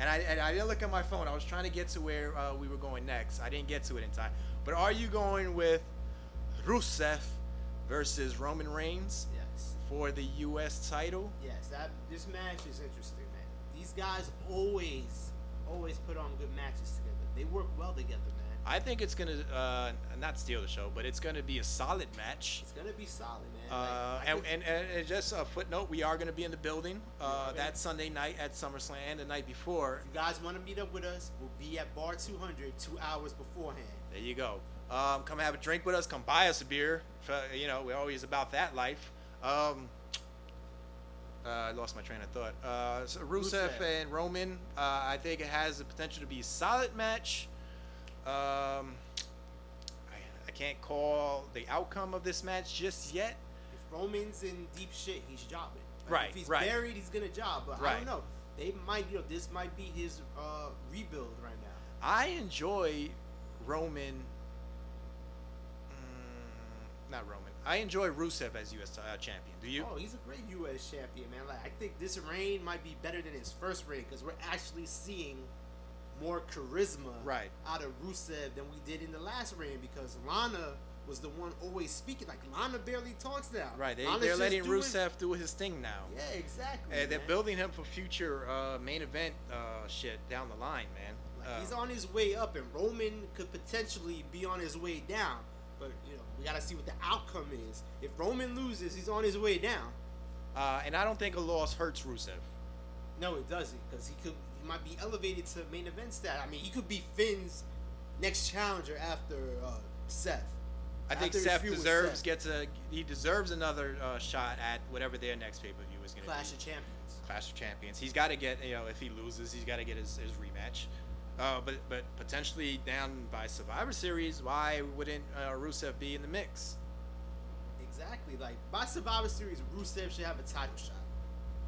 Speaker 3: And I and I didn't look at my phone. I was trying to get to where uh, we were going next. I didn't get to it in time. But are you going with Rusev versus Roman Reigns
Speaker 4: Yes.
Speaker 3: for the U.S. title?
Speaker 4: Yes, that this match is interesting, man. These guys always, always put on good matches together. They work well together, man.
Speaker 3: I think it's gonna uh, not steal the show, but it's gonna be a solid match.
Speaker 4: It's gonna be solid, man.
Speaker 3: Uh,
Speaker 4: Like, I
Speaker 3: and,
Speaker 4: could-
Speaker 3: and, and and just a footnote, we are going to be in the building uh,
Speaker 4: Okay.
Speaker 3: that Sunday night at SummerSlam and the night before.
Speaker 4: if you guys want to meet up with us, we'll be at Bar 200 two hours beforehand.
Speaker 3: There you go. Um, come have a drink with us. Come buy us a beer. Uh, You know, we're always about that life. Um, uh, I lost my train of thought. Uh, so Rusev,
Speaker 4: Rusev.
Speaker 3: and Roman, uh, I think it has the potential to be a solid match. Um, I, I can't call the outcome of this match just yet.
Speaker 4: If Roman's in deep shit, he's jobbing. Like,
Speaker 3: Right,
Speaker 4: If he's
Speaker 3: right.
Speaker 4: buried, he's gonna job. But I
Speaker 3: Right.
Speaker 4: don't know. They might, you know, this might be his uh, rebuild right now.
Speaker 3: I enjoy Roman. Mm, not Roman. I enjoy Rusev as U.S. ti- uh, champion. Do you?
Speaker 4: Oh, he's a great U.S. champion, man. Like I think this reign might be better than his first reign because we're actually seeing more charisma
Speaker 3: Right.
Speaker 4: out of Rusev than we did in the last reign because Lana was the one always speaking. Like Lana barely talks now.
Speaker 3: right. They,
Speaker 4: Lana's
Speaker 3: they're
Speaker 4: just
Speaker 3: letting
Speaker 4: doing-
Speaker 3: Rusev do his thing now.
Speaker 4: Yeah, exactly.
Speaker 3: And they're
Speaker 4: man.
Speaker 3: building him for future uh, main event uh, shit down the line, man.
Speaker 4: Like,
Speaker 3: Uh,
Speaker 4: he's on his way up, and Roman could potentially be on his way down. But you know, we gotta see what the outcome is. If Roman loses, he's on his way down.
Speaker 3: uh, and I don't think a loss hurts Rusev.
Speaker 4: No, it doesn't, because he could he might be elevated to main event stat. I mean, he could be Finn's next challenger after uh, Seth.
Speaker 3: I think
Speaker 4: After his
Speaker 3: Seth
Speaker 4: feud with
Speaker 3: deserves
Speaker 4: Seth,
Speaker 3: gets a he deserves another uh, shot at whatever their next pay per view is going to be.
Speaker 4: Clash of Champions.
Speaker 3: Clash of Champions. He's got to get you know if he loses, he's got to get his, his rematch. Uh, but but potentially down by Survivor Series, why wouldn't uh, Rusev be in the mix?
Speaker 4: Exactly. Like by Survivor Series, Rusev should have a title shot.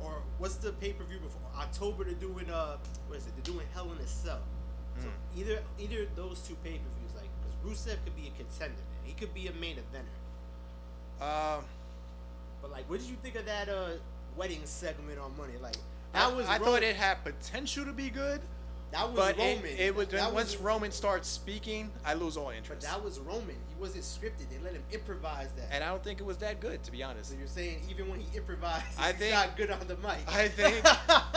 Speaker 4: Or what's the pay per view before October? They're doing uh, what is it? They're doing Hell in a Cell. So
Speaker 3: Hmm.
Speaker 4: either either of those two pay per views, like, because Rusev could be a contender, man. He could be a main eventer.
Speaker 3: Uh,
Speaker 4: But like, what did you think of that uh wedding segment on Money? Like,
Speaker 3: I,
Speaker 4: that was
Speaker 3: I
Speaker 4: Ro-
Speaker 3: thought it had potential to be good,
Speaker 4: That was
Speaker 3: but
Speaker 4: Roman.
Speaker 3: it, it was
Speaker 4: That
Speaker 3: once Roman starts speaking, I lose all
Speaker 4: But
Speaker 3: interest.
Speaker 4: that was Roman. He wasn't scripted. They let him improvise that.
Speaker 3: and I don't think it was that good to be honest.
Speaker 4: so you're saying even when he improvises,
Speaker 3: I
Speaker 4: he's
Speaker 3: think-
Speaker 4: not good on the mic.
Speaker 3: I think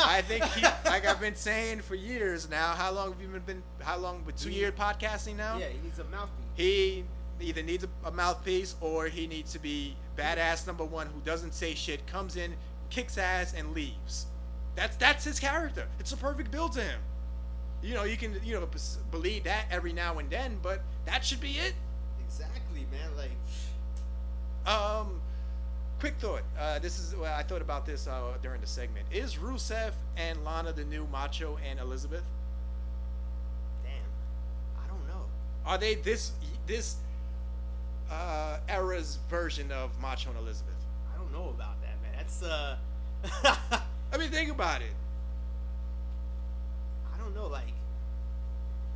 Speaker 3: I think he, like I've been saying for years now. How long have you been? been how long? With two year podcasting now.
Speaker 4: yeah, he needs a mouthpiece.
Speaker 3: he either needs a, a mouthpiece or he needs to be badass number one who doesn't say shit, comes in, kicks ass and leaves. That's that's his character. It's a perfect build to him. You know, you can you know bes- believe that every now and then, but that should be it.
Speaker 4: Exactly, man. Like,
Speaker 3: Um, quick thought. Uh, this is well, I thought about this uh, during the segment. Is Rusev and Lana the new Macho and Elizabeth?
Speaker 4: damn. I don't know.
Speaker 3: Are they this this uh, era's version of Macho and Elizabeth?
Speaker 4: I don't know about that, man. That's uh,
Speaker 3: I mean, think about it.
Speaker 4: I don't know. Like,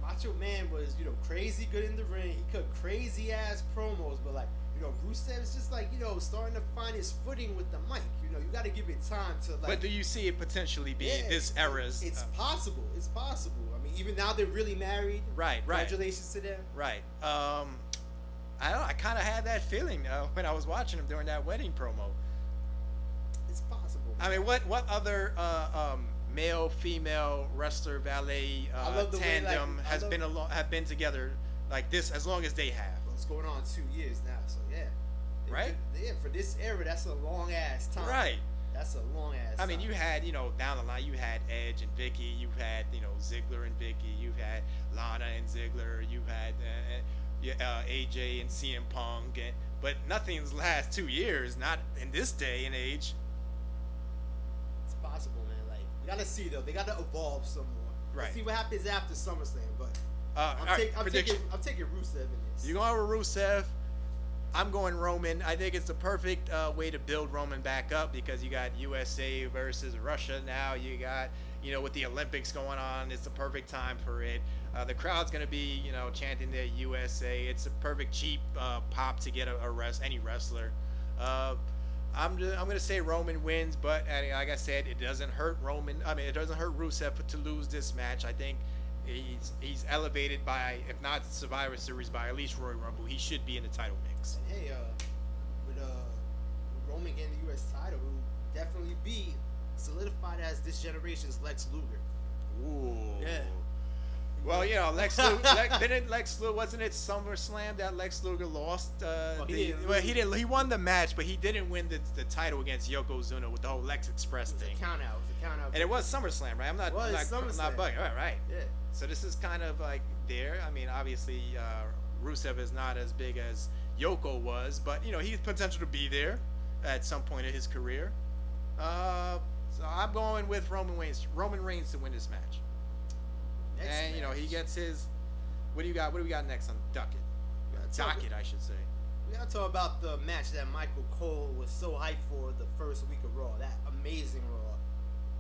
Speaker 4: Macho Man was you know crazy good in the ring. He cut crazy ass promos, but like you know Rusev's just like you know starting to find his footing with the mic. You know you got to give it time to like.
Speaker 3: but do you see it potentially being
Speaker 4: Yeah,
Speaker 3: this
Speaker 4: it-
Speaker 3: era's?
Speaker 4: It's
Speaker 3: uh,
Speaker 4: possible. It's possible. I mean, even now they're really married.
Speaker 3: Right, right.
Speaker 4: Congratulations to them.
Speaker 3: right. Um, I don't. I kind of had that feeling uh, when I was watching him during that wedding promo.
Speaker 4: It's possible.
Speaker 3: I mean, what what other uh, um, male female wrestler valet
Speaker 4: I
Speaker 3: uh,
Speaker 4: love the way, like,
Speaker 3: tandem
Speaker 4: I
Speaker 3: has
Speaker 4: love-
Speaker 3: been along have been together like this as long as they have?
Speaker 4: Well, it's going on two years now, so yeah. They-
Speaker 3: Right?
Speaker 4: they- Yeah, for this era, that's a long ass time.
Speaker 3: Right.
Speaker 4: That's a long ass.
Speaker 3: I mean,
Speaker 4: time.
Speaker 3: you had you know down the line you had Edge and Vicky, you had you know Ziggler and Vicky, you had Lana and Ziggler, you had uh, you- uh, AJ and CM Punk, and, but nothing's last two years. Not in this day and age.
Speaker 4: It's possible, man. Like, we gotta see though. They gotta evolve some more. Let's
Speaker 3: Right.
Speaker 4: see what happens after SummerSlam, but
Speaker 3: Uh,
Speaker 4: I'm,
Speaker 3: all right,
Speaker 4: take, I'm
Speaker 3: prediction.
Speaker 4: taking I'm taking Rusev in this.
Speaker 3: You going with Rusev? I'm going Roman. I think it's the perfect uh, way to build Roman back up because you got USA versus Russia now. You got you know with the Olympics going on, it's the perfect time for it. Uh, the crowd's gonna be you know chanting their USA. It's a perfect cheap uh, pop to get a, a rest any wrestler. Uh, I'm just, I'm gonna say Roman wins, but uh, like I said, it doesn't hurt Roman. I mean, it doesn't hurt Rusev to lose this match. I think he's he's elevated by, if not Survivor Series, by at least Royal Rumble. He should be in the title mix.
Speaker 4: And hey, uh, with uh, with Roman getting the U.S. title, he'll definitely be solidified as this generation's Lex Luger.
Speaker 3: Ooh.
Speaker 4: Yeah.
Speaker 3: Well, you know, Lex Luger, Lex, didn't Lex Luger, wasn't it SummerSlam that Lex Luger lost? Uh,
Speaker 4: Well, he
Speaker 3: the-
Speaker 4: didn't
Speaker 3: well,
Speaker 4: lose.
Speaker 3: he didn't. He won the match, but he didn't win the, the title against Yokozuna with the whole Lex Express
Speaker 4: It's
Speaker 3: thing.
Speaker 4: a count out. It's a count out.
Speaker 3: And it was SummerSlam, right? I'm not,
Speaker 4: It was
Speaker 3: not, I'm not
Speaker 4: SummerSlam.
Speaker 3: bugging. Right, right.
Speaker 4: Yeah.
Speaker 3: So this is kind of like there. I mean, obviously, uh, Rusev is not as big as Yoko was, but you know he's potential to be there at some point in his career. Uh, so I'm going with Roman Reigns. Roman Reigns to win this match,
Speaker 4: Next
Speaker 3: and you know he
Speaker 4: match.
Speaker 3: gets his. What do you got? What do we got next on Ducket?
Speaker 4: Yeah, it's all
Speaker 3: Docket, I should say.
Speaker 4: We gotta talk about the match that Michael Cole was so hyped for the first week of Raw. That amazing Raw.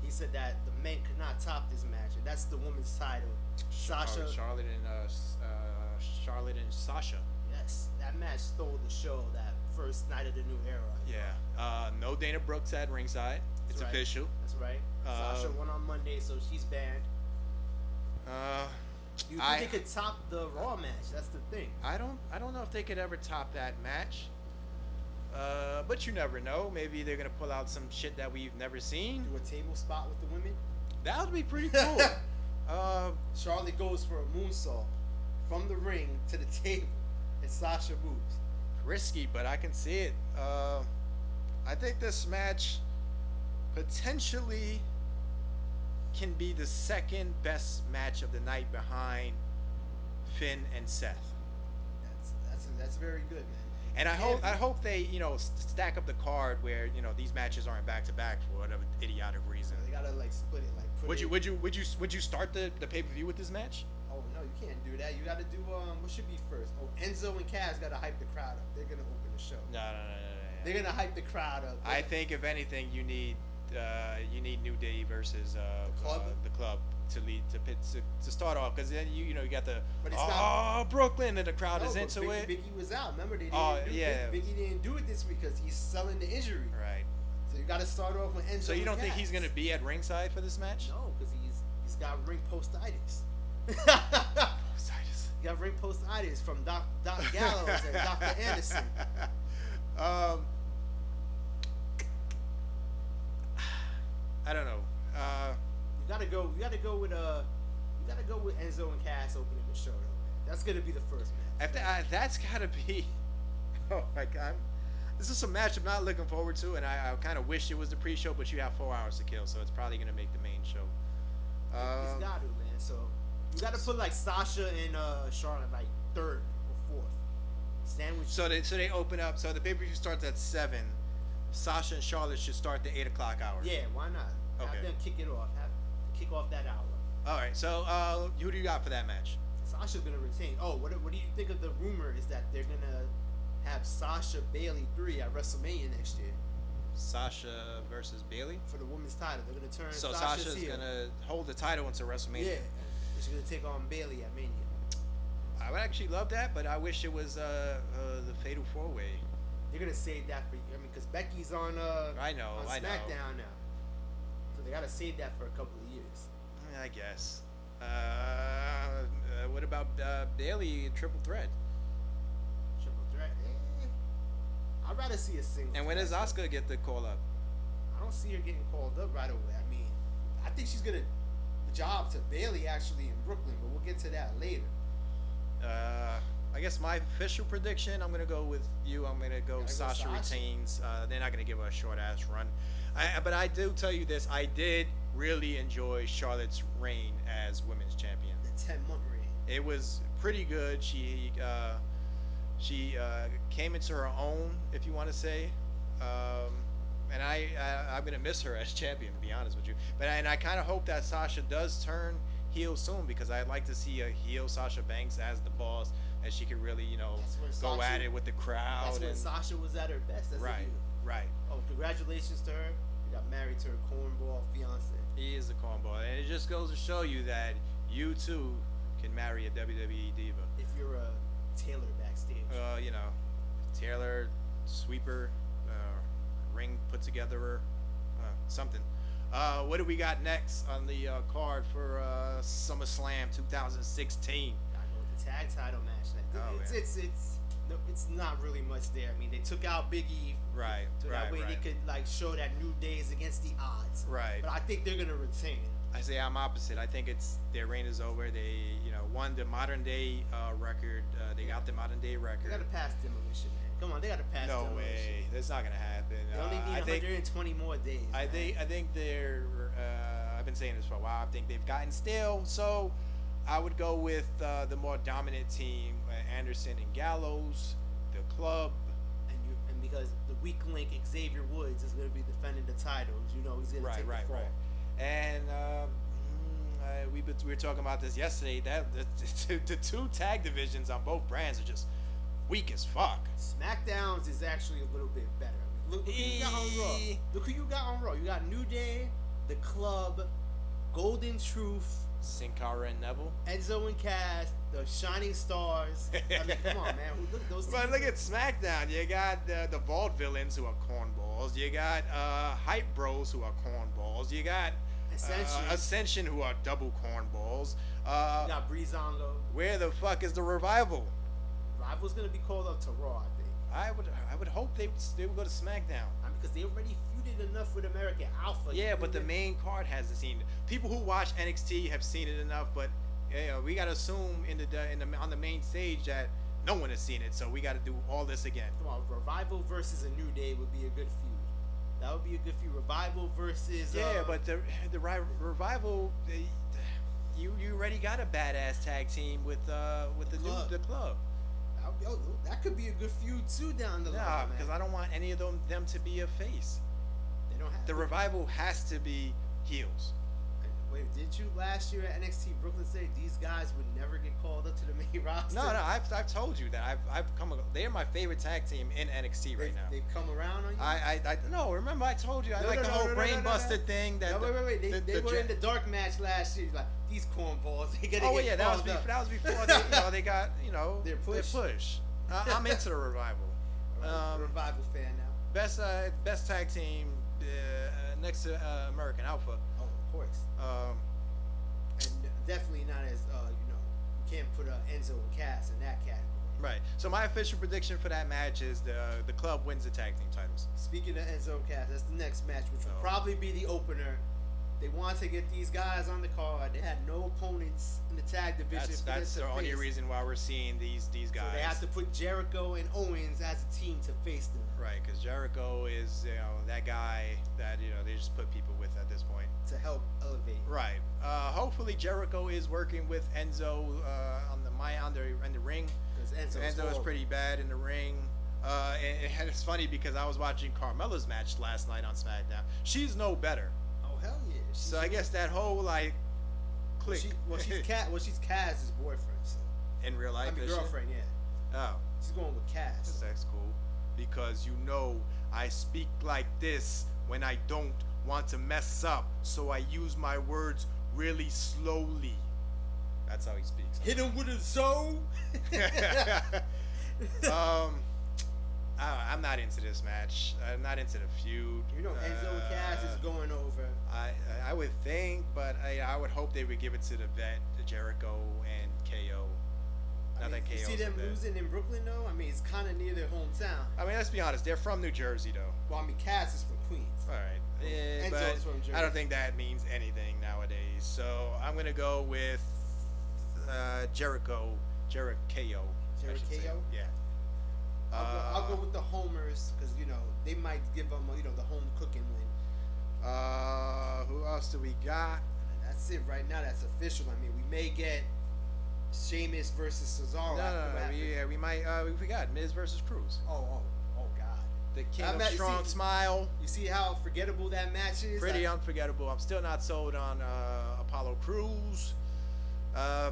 Speaker 4: He said that the men could not top this match, and that's the women's title. Sasha.
Speaker 3: Oh, Charlotte and uh, S- uh, Charlotte and Sasha.
Speaker 4: Yes, that match stole the show that first night of the new era.
Speaker 3: Yeah. Uh, no Dana Brooks at ringside. It's
Speaker 4: That's right.
Speaker 3: official.
Speaker 4: That's right.
Speaker 3: Uh,
Speaker 4: Sasha won on Monday, so she's banned.
Speaker 3: Uh,
Speaker 4: Do you think
Speaker 3: I-
Speaker 4: they could top the Raw match? That's the thing.
Speaker 3: I don't I don't know if they could ever top that match. Uh, but you never know. Maybe they're gonna pull out some shit that we've never seen.
Speaker 4: Do a table spot with the women.
Speaker 3: That would be pretty cool. uh,
Speaker 4: Charlotte goes for a moonsault from the ring to the table, and Sasha moves.
Speaker 3: risky, but I can see it. Uh, I think this match potentially can be the second best match of the night behind Finn and Seth.
Speaker 4: That's that's that's very good, man.
Speaker 3: And I hope I hope they you know s- stack up the card where you know these matches aren't back to back for whatever idiotic reason.
Speaker 4: They gotta like split it, like. Put
Speaker 3: Would
Speaker 4: it,
Speaker 3: you would you would you would you start the, the pay per view with this match?
Speaker 4: Oh no, you can't do that. You gotta do um, what should be first? Oh, Enzo and Cass gotta hype the crowd up. They're gonna open the show.
Speaker 3: No, no, no,
Speaker 4: They're gonna hype the crowd up.
Speaker 3: I think if anything, you need uh, you need New Day versus uh,
Speaker 4: The club?
Speaker 3: uh, the club to lead to pit to, to start off because then you you know you got the
Speaker 4: But it's
Speaker 3: oh
Speaker 4: not-
Speaker 3: Brooklyn and the crowd
Speaker 4: No,
Speaker 3: is
Speaker 4: oh, but
Speaker 3: into it.
Speaker 4: Biggie, Biggie was out. Remember they didn't
Speaker 3: Oh,
Speaker 4: do,
Speaker 3: yeah.
Speaker 4: Biggie didn't do it this week because he's selling the injury.
Speaker 3: Right.
Speaker 4: So you gotta start off with Enzo.
Speaker 3: So you
Speaker 4: and
Speaker 3: don't think
Speaker 4: Cass.
Speaker 3: he's gonna be at ringside for this match?
Speaker 4: No, because he's he's got ring postitis. he
Speaker 3: Situs.
Speaker 4: got ring postitis from Doc Doc Gallows and Dr. Anderson.
Speaker 3: Um, I don't know. Uh,
Speaker 4: You gotta go. You gotta go with uh. You gotta go with Enzo and Cass opening the show though. Man. That's gonna be the first match.
Speaker 3: If that, uh, that's gotta be. Oh my god, I'm, this is a match I'm not looking forward to, and I, I kind of wish it was the pre-show, but you have four hours to kill, so it's probably gonna make the main show.
Speaker 4: He's
Speaker 3: Um,
Speaker 4: got to, man. So you got to put like Sasha and uh, Charlotte like third or fourth. Sandwich.
Speaker 3: so they so they open up. So the pay-per-view starts at seven. Sasha and Charlotte should start the eight o'clock hour.
Speaker 4: yeah, why not?
Speaker 3: Okay.
Speaker 4: Have them kick it off. Have kick off that hour.
Speaker 3: All right. So uh, who do you got for that match?
Speaker 4: Sasha's gonna retain. Oh, what, what do you think of the rumor? Is that they're gonna have Sasha Bailey three at WrestleMania next year
Speaker 3: Sasha versus Bailey.
Speaker 4: for the women's title? They're gonna turn.
Speaker 3: So
Speaker 4: Sasha's,
Speaker 3: Sasha's
Speaker 4: heel.
Speaker 3: gonna hold the title until WrestleMania.
Speaker 4: Yeah, she's gonna take on Bailey at Mania.
Speaker 3: I would actually love that, but I wish it was uh, uh, the Fatal Four Way.
Speaker 4: They're gonna save that for you. I mean, because Becky's on uh
Speaker 3: I know,
Speaker 4: on
Speaker 3: Oh, I know.
Speaker 4: SmackDown now, so they gotta save that for a couple of years.
Speaker 3: I guess. Uh, uh, what about uh, Bailey Triple Threat?
Speaker 4: Triple threat. eh. I'd rather see a single.
Speaker 3: And when does Asuka get the call up?
Speaker 4: I don't see her getting called up right away. I mean, I think she's gonna job to Bailey actually in Brooklyn, but we'll get to that later.
Speaker 3: Uh, I guess my official prediction. I'm gonna go with you. I'm gonna go
Speaker 4: Gotta go
Speaker 3: Sasha,
Speaker 4: Sasha.
Speaker 3: retains. Uh, they're not gonna give her a short ass run. I, but I do tell you this. I did really enjoy Charlotte's reign as women's champion.
Speaker 4: The ten month reign.
Speaker 3: It was pretty good. She uh, she uh, came into her own, if you want to say. Um, and I, I I'm gonna miss her as champion, to be honest with you. But and I kind of hope that Sasha does turn heel soon because I'd like to see a heel Sasha Banks as the boss, and she could really you know
Speaker 4: That's when
Speaker 3: go
Speaker 4: Sasha-
Speaker 3: at it with the crowd.
Speaker 4: That's when
Speaker 3: and,
Speaker 4: Sasha was at her best. That's
Speaker 3: Oh, right,
Speaker 4: right.
Speaker 3: right.
Speaker 4: Oh, congratulations to her. She got married to her cornball fiance.
Speaker 3: He is a cornball, and it just goes to show you that you too can marry a WWE diva.
Speaker 4: If you're a Taylor backstage,
Speaker 3: uh, you know, Taylor, sweeper, uh, ring put togetherer, uh, something. Uh, what do we got next on the uh, card for uh, SummerSlam 2016?
Speaker 4: gotta go with the tag title match. Like,
Speaker 3: Oh,
Speaker 4: it's,
Speaker 3: yeah.
Speaker 4: it's it's no, it's not really much there. I mean, they took out Big E.
Speaker 3: Right,
Speaker 4: So
Speaker 3: right,
Speaker 4: that way
Speaker 3: right.
Speaker 4: they could like show that New Day is against the odds.
Speaker 3: Right.
Speaker 4: But I think they're gonna retain.
Speaker 3: I say I'm opposite. I think it's their reign is over. They, you know, won the modern day uh, record. Uh, they got the modern day
Speaker 4: They gotta
Speaker 3: record.
Speaker 4: pass demolition, man. Come on, they gotta pass
Speaker 3: No
Speaker 4: demolition.
Speaker 3: way. That's not gonna happen.
Speaker 4: They
Speaker 3: Uh,
Speaker 4: only
Speaker 3: I
Speaker 4: need
Speaker 3: think
Speaker 4: 120 more days.
Speaker 3: I
Speaker 4: man.
Speaker 3: think I think they're. Uh, I've been saying this for a while. I think they've gotten stale. So I would go with uh, the more dominant team: uh, Anderson and Gallows, the club.
Speaker 4: and you and because the weak link Xavier Woods is going to be defending the titles, you know he's going to
Speaker 3: Right,
Speaker 4: take
Speaker 3: right,
Speaker 4: the fall.
Speaker 3: right. And um, mm, uh, we bet- we were talking about this yesterday. That the, the two tag divisions on both brands are just weak as fuck.
Speaker 4: SmackDown's is actually a little bit better. I mean, look, look who you got on Raw.
Speaker 3: Eh.
Speaker 4: Look who you got on Raw. You got New Day, The Club, Golden Truth,
Speaker 3: Sin Cara and Neville.
Speaker 4: Enzo and Cass, The Shining Stars. I mean, come on, man. Who- Look, those
Speaker 3: But
Speaker 4: teams-
Speaker 3: look at SmackDown. You got uh, the Vault villains who are cornballs. You got uh, hype bros who are cornballs. You got
Speaker 4: Ascension.
Speaker 3: uh, Ascension who are double cornballs. Uh,
Speaker 4: you got Breezango.
Speaker 3: Where the fuck is the revival?
Speaker 4: Rival's going to be called up to Raw, I think.
Speaker 3: I would I would hope they would, they would go to SmackDown.
Speaker 4: I mean, because they already feuded enough with American Alpha. You
Speaker 3: Yeah,
Speaker 4: think
Speaker 3: but the
Speaker 4: that-
Speaker 3: main card hasn't seen. it. People who watch NXT have seen it enough, but yeah, we gotta assume in the in the on the main stage that no one has seen it. So we gotta do all this again.
Speaker 4: Come on, Revival versus a New Day would be a good feud. That would be a good feud. Revival versus
Speaker 3: Yeah,
Speaker 4: uh,
Speaker 3: but the the ri- revival, they, you you already got a badass tag team with uh with the
Speaker 4: Club.
Speaker 3: New, the club.
Speaker 4: that, would be- oh, that could be a good feud too down the
Speaker 3: Nah,
Speaker 4: line.
Speaker 3: because
Speaker 4: man.
Speaker 3: I don't want any of them them to be a face.
Speaker 4: they don't have
Speaker 3: The
Speaker 4: to-
Speaker 3: revival has to be heels.
Speaker 4: Wait, did you last year at NXT Brooklyn say these guys would never get called up to the main roster?
Speaker 3: No, no, I've, I've told you that I've, I've come. a- They're my favorite tag team in NXT
Speaker 4: they've,
Speaker 3: right now.
Speaker 4: they've come around on you.
Speaker 3: I, I, I no. Remember, I told you I
Speaker 4: No,
Speaker 3: like
Speaker 4: no,
Speaker 3: the
Speaker 4: no,
Speaker 3: whole
Speaker 4: no, no,
Speaker 3: brain
Speaker 4: no, no,
Speaker 3: buster
Speaker 4: no.
Speaker 3: thing. That
Speaker 4: no,
Speaker 3: the-
Speaker 4: wait, wait, wait. They,
Speaker 3: the-
Speaker 4: they
Speaker 3: the
Speaker 4: were
Speaker 3: ja-
Speaker 4: in the dark match last year. Like these cornballs, they gotta
Speaker 3: Oh
Speaker 4: get
Speaker 3: yeah, that was before,
Speaker 4: called up.
Speaker 3: that was before they, you know, they got you know
Speaker 4: Their push.
Speaker 3: Their push. I, I'm into the revival.
Speaker 4: I'm a
Speaker 3: Um,
Speaker 4: revival fan now.
Speaker 3: Best uh, best tag team uh, uh, next to uh, American Alpha.
Speaker 4: Oh, of course.
Speaker 3: Um,
Speaker 4: and definitely not as uh, you know you can't put uh, Enzo and Cass in that category.
Speaker 3: right. So my official prediction for that match is the the club wins the tag team titles.
Speaker 4: Speaking of Enzo and Cass, that's the next match, which will
Speaker 3: Oh.
Speaker 4: probably be the opener. They want to get these guys on the card. They had no opponents in the tag division.
Speaker 3: That's
Speaker 4: for
Speaker 3: that's
Speaker 4: them
Speaker 3: the
Speaker 4: to
Speaker 3: only
Speaker 4: face.
Speaker 3: reason why we're seeing these these
Speaker 4: So
Speaker 3: guys.
Speaker 4: they have to put Jericho and Owens as a team to face them.
Speaker 3: right because Jericho is you know that guy that you know they just put people with at this point.
Speaker 4: to help elevate.
Speaker 3: Right. Uh, hopefully Jericho is working with Enzo uh, on the my on the on the ring.
Speaker 4: Because Enzo,
Speaker 3: Enzo was pretty bad in the ring. Uh, and, and it's funny because I was watching Carmella's match last night on SmackDown. She's no better.
Speaker 4: Oh hell yeah! She's,
Speaker 3: So I guess that whole like
Speaker 4: well,
Speaker 3: click
Speaker 4: she, well, she's Cat. Well, she's Kaz's boyfriend. So
Speaker 3: in real life.
Speaker 4: I mean
Speaker 3: is she?
Speaker 4: girlfriend. Yeah,
Speaker 3: Oh,
Speaker 4: she's going with Kaz.
Speaker 3: that's cool. Because you know I speak like this when I don't want to mess up, so I use my words really slowly. That's how he speaks.
Speaker 4: Hit him with a zone.
Speaker 3: um, I, I'm not into this match. I'm not into the feud.
Speaker 4: you know, Enzo and Kaz is
Speaker 3: Uh,
Speaker 4: going over.
Speaker 3: I I would think, but I I would hope they would give it to the vet, to Jericho and KO.
Speaker 4: I
Speaker 3: Not
Speaker 4: mean,
Speaker 3: that KO.
Speaker 4: you
Speaker 3: 's
Speaker 4: see
Speaker 3: a
Speaker 4: them
Speaker 3: vet.
Speaker 4: losing in Brooklyn though. I mean, it's kind of near their hometown.
Speaker 3: I mean, let's be honest. They're from New Jersey, though.
Speaker 4: Well, I mean, Kaz is from Queens.
Speaker 3: All right, yeah,
Speaker 4: Enzo's
Speaker 3: but
Speaker 4: from
Speaker 3: I
Speaker 4: Jersey.
Speaker 3: don't think that means anything nowadays. So I'm gonna go with uh, Jericho, Jericho, I should say.
Speaker 4: Jericho?
Speaker 3: Yeah.
Speaker 4: I'll, go, I'll
Speaker 3: Uh,
Speaker 4: go with the homers because you know they might give them you know the home cooking win.
Speaker 3: Uh, who else do we got?
Speaker 4: That's it right now. That's official. I mean, we may get Sheamus versus
Speaker 3: No,
Speaker 4: Cesaro.
Speaker 3: no,
Speaker 4: Oh, after
Speaker 3: no,
Speaker 4: that.
Speaker 3: we, yeah, we might. Uh, we forgot Miz versus Cruz.
Speaker 4: Oh, oh, oh, God.
Speaker 3: The King
Speaker 4: I
Speaker 3: of
Speaker 4: bet-
Speaker 3: Strong
Speaker 4: see-
Speaker 3: Smile.
Speaker 4: You see how forgettable that match is?
Speaker 3: Pretty
Speaker 4: Like,
Speaker 3: unforgettable. I'm still not sold on uh, Apollo Cruz. Uh,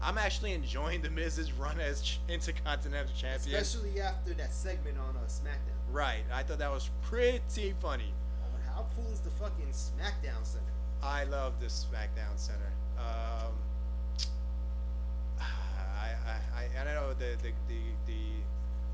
Speaker 3: I'm actually enjoying the Miz's run as ch- Intercontinental Champion.
Speaker 4: Especially after that segment on uh, SmackDown.
Speaker 3: right. I thought that was pretty funny.
Speaker 4: Oh, How cool is the fucking SmackDown Center?
Speaker 3: I love this SmackDown Center. Um, I, I, I, I don't know the, the, the, the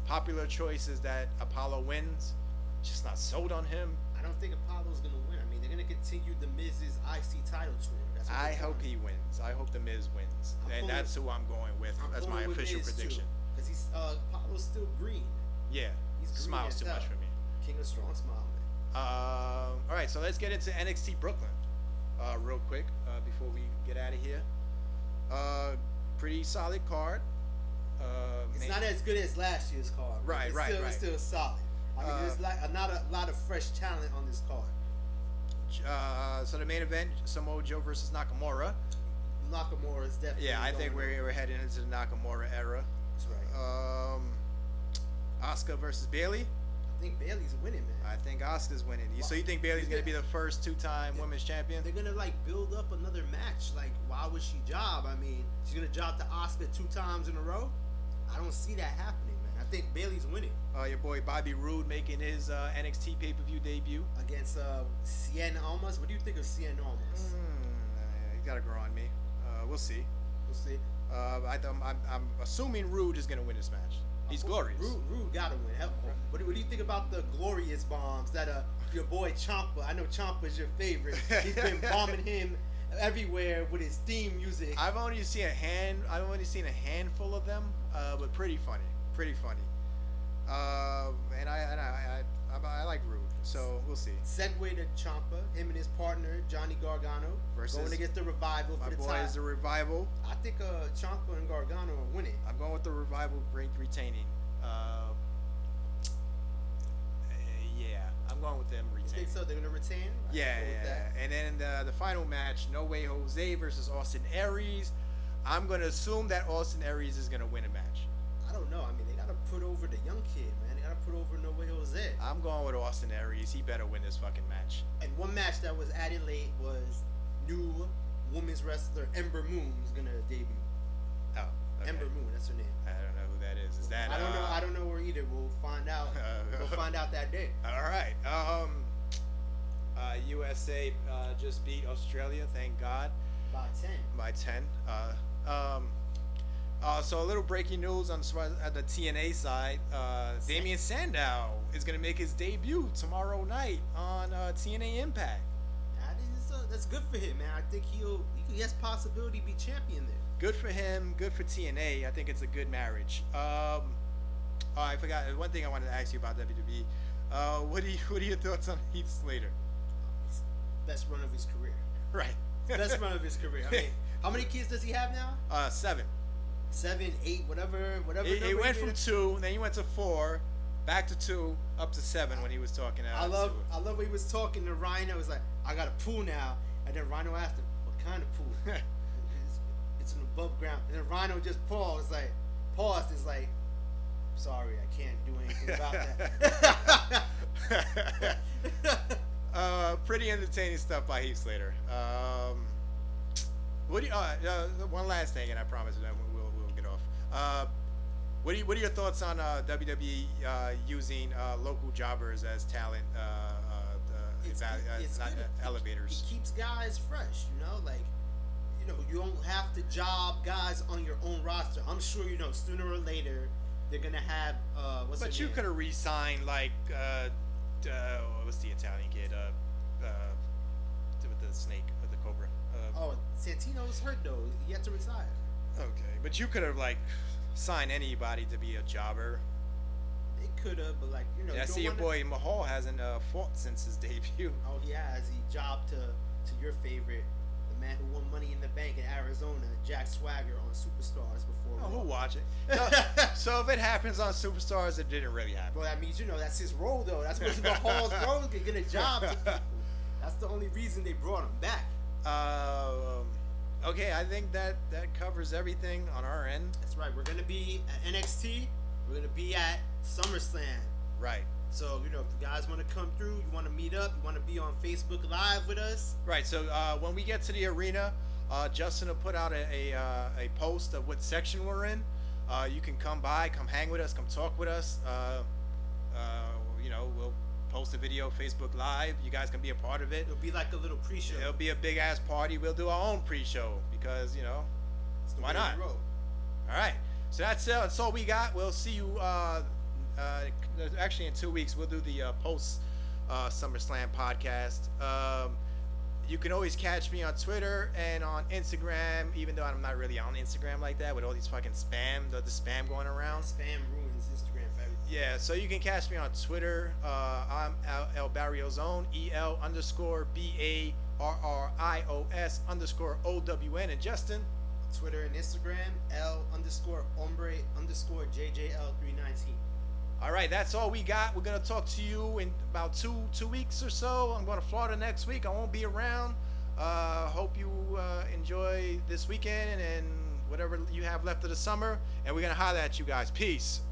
Speaker 3: popular choice is that Apollo wins. Just not sold on him.
Speaker 4: I don't think Apollo's gonna win. I mean, they're gonna continue the Miz's IC title tour. That's what
Speaker 3: I
Speaker 4: they're
Speaker 3: hope
Speaker 4: doing.
Speaker 3: he wins. I hope the Miz wins,
Speaker 4: I'm
Speaker 3: and
Speaker 4: pulling-
Speaker 3: that's who I'm going with
Speaker 4: I'm
Speaker 3: as
Speaker 4: going
Speaker 3: my
Speaker 4: with
Speaker 3: official
Speaker 4: Miz, too,
Speaker 3: prediction.
Speaker 4: Cause he's uh, Apollo's still green.
Speaker 3: Yeah,
Speaker 4: He's green
Speaker 3: smiles
Speaker 4: as
Speaker 3: too
Speaker 4: hell.
Speaker 3: much for me.
Speaker 4: King of Strong Smile. Man.
Speaker 3: Um, all right, so let's get into NXT Brooklyn uh, real quick uh, before we get out of here. Uh, pretty solid card. Uh,
Speaker 4: It's
Speaker 3: ma-
Speaker 4: not as good as last year's card. but
Speaker 3: Right,
Speaker 4: it's
Speaker 3: right,
Speaker 4: still,
Speaker 3: right.
Speaker 4: It's still solid. I mean,
Speaker 3: Uh,
Speaker 4: there's like a, not a lot of fresh talent on this card.
Speaker 3: Uh, so the main event, Samoa Joe versus Nakamura.
Speaker 4: Nakamura is definitely.
Speaker 3: Yeah, I think
Speaker 4: going
Speaker 3: we're,
Speaker 4: over.
Speaker 3: we're heading into the Nakamura era.
Speaker 4: That's right.
Speaker 3: Um, Oscar versus Bailey.
Speaker 4: I think Bailey's winning, man.
Speaker 3: I think Oscar's winning. You- So you think Bailey's gonna be the first two-time women's champion?
Speaker 4: They're gonna like build up another match. Like, why would she job? I mean, she's gonna job to Oscar two times in a row. I don't see that happening, man. I think Bailey's winning
Speaker 3: Uh, your boy Bobby Roode making his uh, NXT pay-per-view debut.
Speaker 4: against uh Cien Almas. What do you think of Cien
Speaker 3: Hmm,
Speaker 4: Almas?
Speaker 3: uh, he's gotta grow on me. Uh, we'll see.
Speaker 4: We'll see.
Speaker 3: Uh, I, I'm, I'm, I'm assuming Rude is gonna win this match. He's glorious.
Speaker 4: Rude, Rude gotta win. Hell, What do, what do you think about the glorious bombs that uh your boy Champa? I know Champa's your favorite. He's been bombing him everywhere with his theme music.
Speaker 3: I've only seen a hand. I've only seen a handful of them, uh, but pretty funny. Pretty funny. Uh, and I and I, I, I, I like Rude, so we'll see.
Speaker 4: Segue to Champa, him and his partner Johnny Gargano
Speaker 3: Versus
Speaker 4: going against the revival for
Speaker 3: My
Speaker 4: the
Speaker 3: boy
Speaker 4: title.
Speaker 3: is the revival.
Speaker 4: I think uh, Champa and Gargano are winning.
Speaker 3: I'm going with the revival re- retaining. Uh, uh, eh, yeah, I'm going with them
Speaker 4: You
Speaker 3: retaining.
Speaker 4: think so? They're gonna retain. I
Speaker 3: Yeah,
Speaker 4: go with
Speaker 3: yeah.
Speaker 4: that.
Speaker 3: And then uh, the, the final match, No Way Jose versus Austin Aries. I'm gonna assume that Austin Aries is gonna win a match.
Speaker 4: I don't know. I mean, they gotta put over the young kid, man. They gotta put over No Way Jose.
Speaker 3: I'm going with Austin Aries. He better win this fucking match.
Speaker 4: And one match that was added late was new women's wrestler Ember Moon is gonna debut.
Speaker 3: Oh, okay.
Speaker 4: Ember Moon, that's her name.
Speaker 3: I don't know who that is. Is that?
Speaker 4: I don't know.
Speaker 3: uh,
Speaker 4: I don't know her either. We'll find out.
Speaker 3: Uh,
Speaker 4: we'll find out that day.
Speaker 3: All right. Um, uh, USA uh, just beat Australia. Thank God.
Speaker 4: By ten.
Speaker 3: by 10. Uh, um, uh, so a little breaking news on s- at the TNA side. Uh, Damian Sandow is going to make his debut tomorrow night on uh, TNA Impact.
Speaker 4: That is, uh, that's good for him, man. I think he'll he could- he has possibility to be champion there.
Speaker 3: Good for him. Good for TNA. I think it's a good marriage. Um, oh, I forgot one thing I wanted to ask you about E. WWE. Uh, what do you, what are your thoughts on Heath Slater?
Speaker 4: Best run of his career.
Speaker 3: Right.
Speaker 4: Best run of his career. I mean, how many kids does he have now?
Speaker 3: Uh, seven.
Speaker 4: Seven, eight, whatever, whatever.
Speaker 3: It,
Speaker 4: number
Speaker 3: it
Speaker 4: he
Speaker 3: went
Speaker 4: did.
Speaker 3: from two, then he went to four, back to two, up to seven when he was talking. out
Speaker 4: I
Speaker 3: of
Speaker 4: love,
Speaker 3: sewer.
Speaker 4: I love when he was talking to Rhino. He's like, I got a pool now, and then Rhino asked him, "What kind of pool?" it's, it's an above ground, and then Rhino just paused, like, paused, is like, "Sorry, I can't do anything about that."
Speaker 3: Uh, pretty entertaining stuff by Heath Slater. Um, what do you, uh, uh, one last thing, and I promise that we'll, we'll, we'll get off. Uh, what, do you, what are your thoughts on uh, WWE uh, using uh, local jobbers as talent uh, uh, uh,
Speaker 4: It's
Speaker 3: eva-
Speaker 4: good-
Speaker 3: uh,
Speaker 4: it's
Speaker 3: not,
Speaker 4: good.
Speaker 3: uh, elevators?
Speaker 4: It keeps guys fresh, you know, like you know, you don't have to job guys on your own roster. I'm sure you know sooner or later they're gonna have uh what's
Speaker 3: But
Speaker 4: her
Speaker 3: you
Speaker 4: name?
Speaker 3: could have re-signed like uh, uh, what was the Italian kid? Uh, uh, with the snake, with the cobra. Uh,
Speaker 4: Oh Santino's hurt though, he had to retire.
Speaker 3: Oh, Okay, but you could have like signed anybody to be a jobber.
Speaker 4: They could have, but like, you know,
Speaker 3: Yeah, I
Speaker 4: you don't
Speaker 3: see your
Speaker 4: wanna-
Speaker 3: boy Mahal hasn't uh, fought since his debut.
Speaker 4: Oh he has he jobbed to to your favorite, the man who won money in the bank in Arizona, Jack Swagger on Superstars before
Speaker 3: Oh,
Speaker 4: Raw.
Speaker 3: we'll watch it. No, so if it happens on Superstars, it didn't really happen.
Speaker 4: Well, that means you know that's his role though. That's what Mahal's role is to get a job to people. That's the only reason they brought him back.
Speaker 3: Um, okay, I think that that covers everything on our end.
Speaker 4: That's right. We're gonna be at NXT. We're gonna be at SummerSlam.
Speaker 3: Right.
Speaker 4: So you know, if you guys want to come through, you want to meet up, you want to be on Facebook Live with us.
Speaker 3: Right. So uh, when we get to the arena, uh, Justin will put out a a, uh, a post of what section we're in. Uh, you can come by, come hang with us, come talk with us. Uh, uh, you know, we'll post a video, Facebook Live. You guys can be a part of it.
Speaker 4: It'll be like a little pre-show.
Speaker 3: It'll be a big ass party. We'll do our own pre-show because you know.
Speaker 4: It's the
Speaker 3: why
Speaker 4: way we
Speaker 3: not?
Speaker 4: roll.
Speaker 3: All right. So that's, uh, that's all we got. We'll see you. Uh, uh, actually, in two weeks, we'll do the uh, post uh, SummerSlam podcast. Um, you can always catch me on Twitter and on Instagram, even though I'm not really on Instagram like that with all these fucking spam, the, the spam going around.
Speaker 4: Spam ruins Instagram for everything.
Speaker 3: Yeah, so you can catch me on Twitter. Uh, I'm El, El Barrio Zone, E L underscore B A R R I O S underscore O W N. And Justin,
Speaker 4: Twitter and Instagram L underscore Ombre underscore JJL three nineteen.
Speaker 3: All right, that's all we got. We're gonna talk to you in about two two weeks or so. I'm going to Florida next week. I won't be around. Uh, hope you uh, enjoy this weekend and whatever you have left of the summer. And we're gonna holler at you guys. Peace.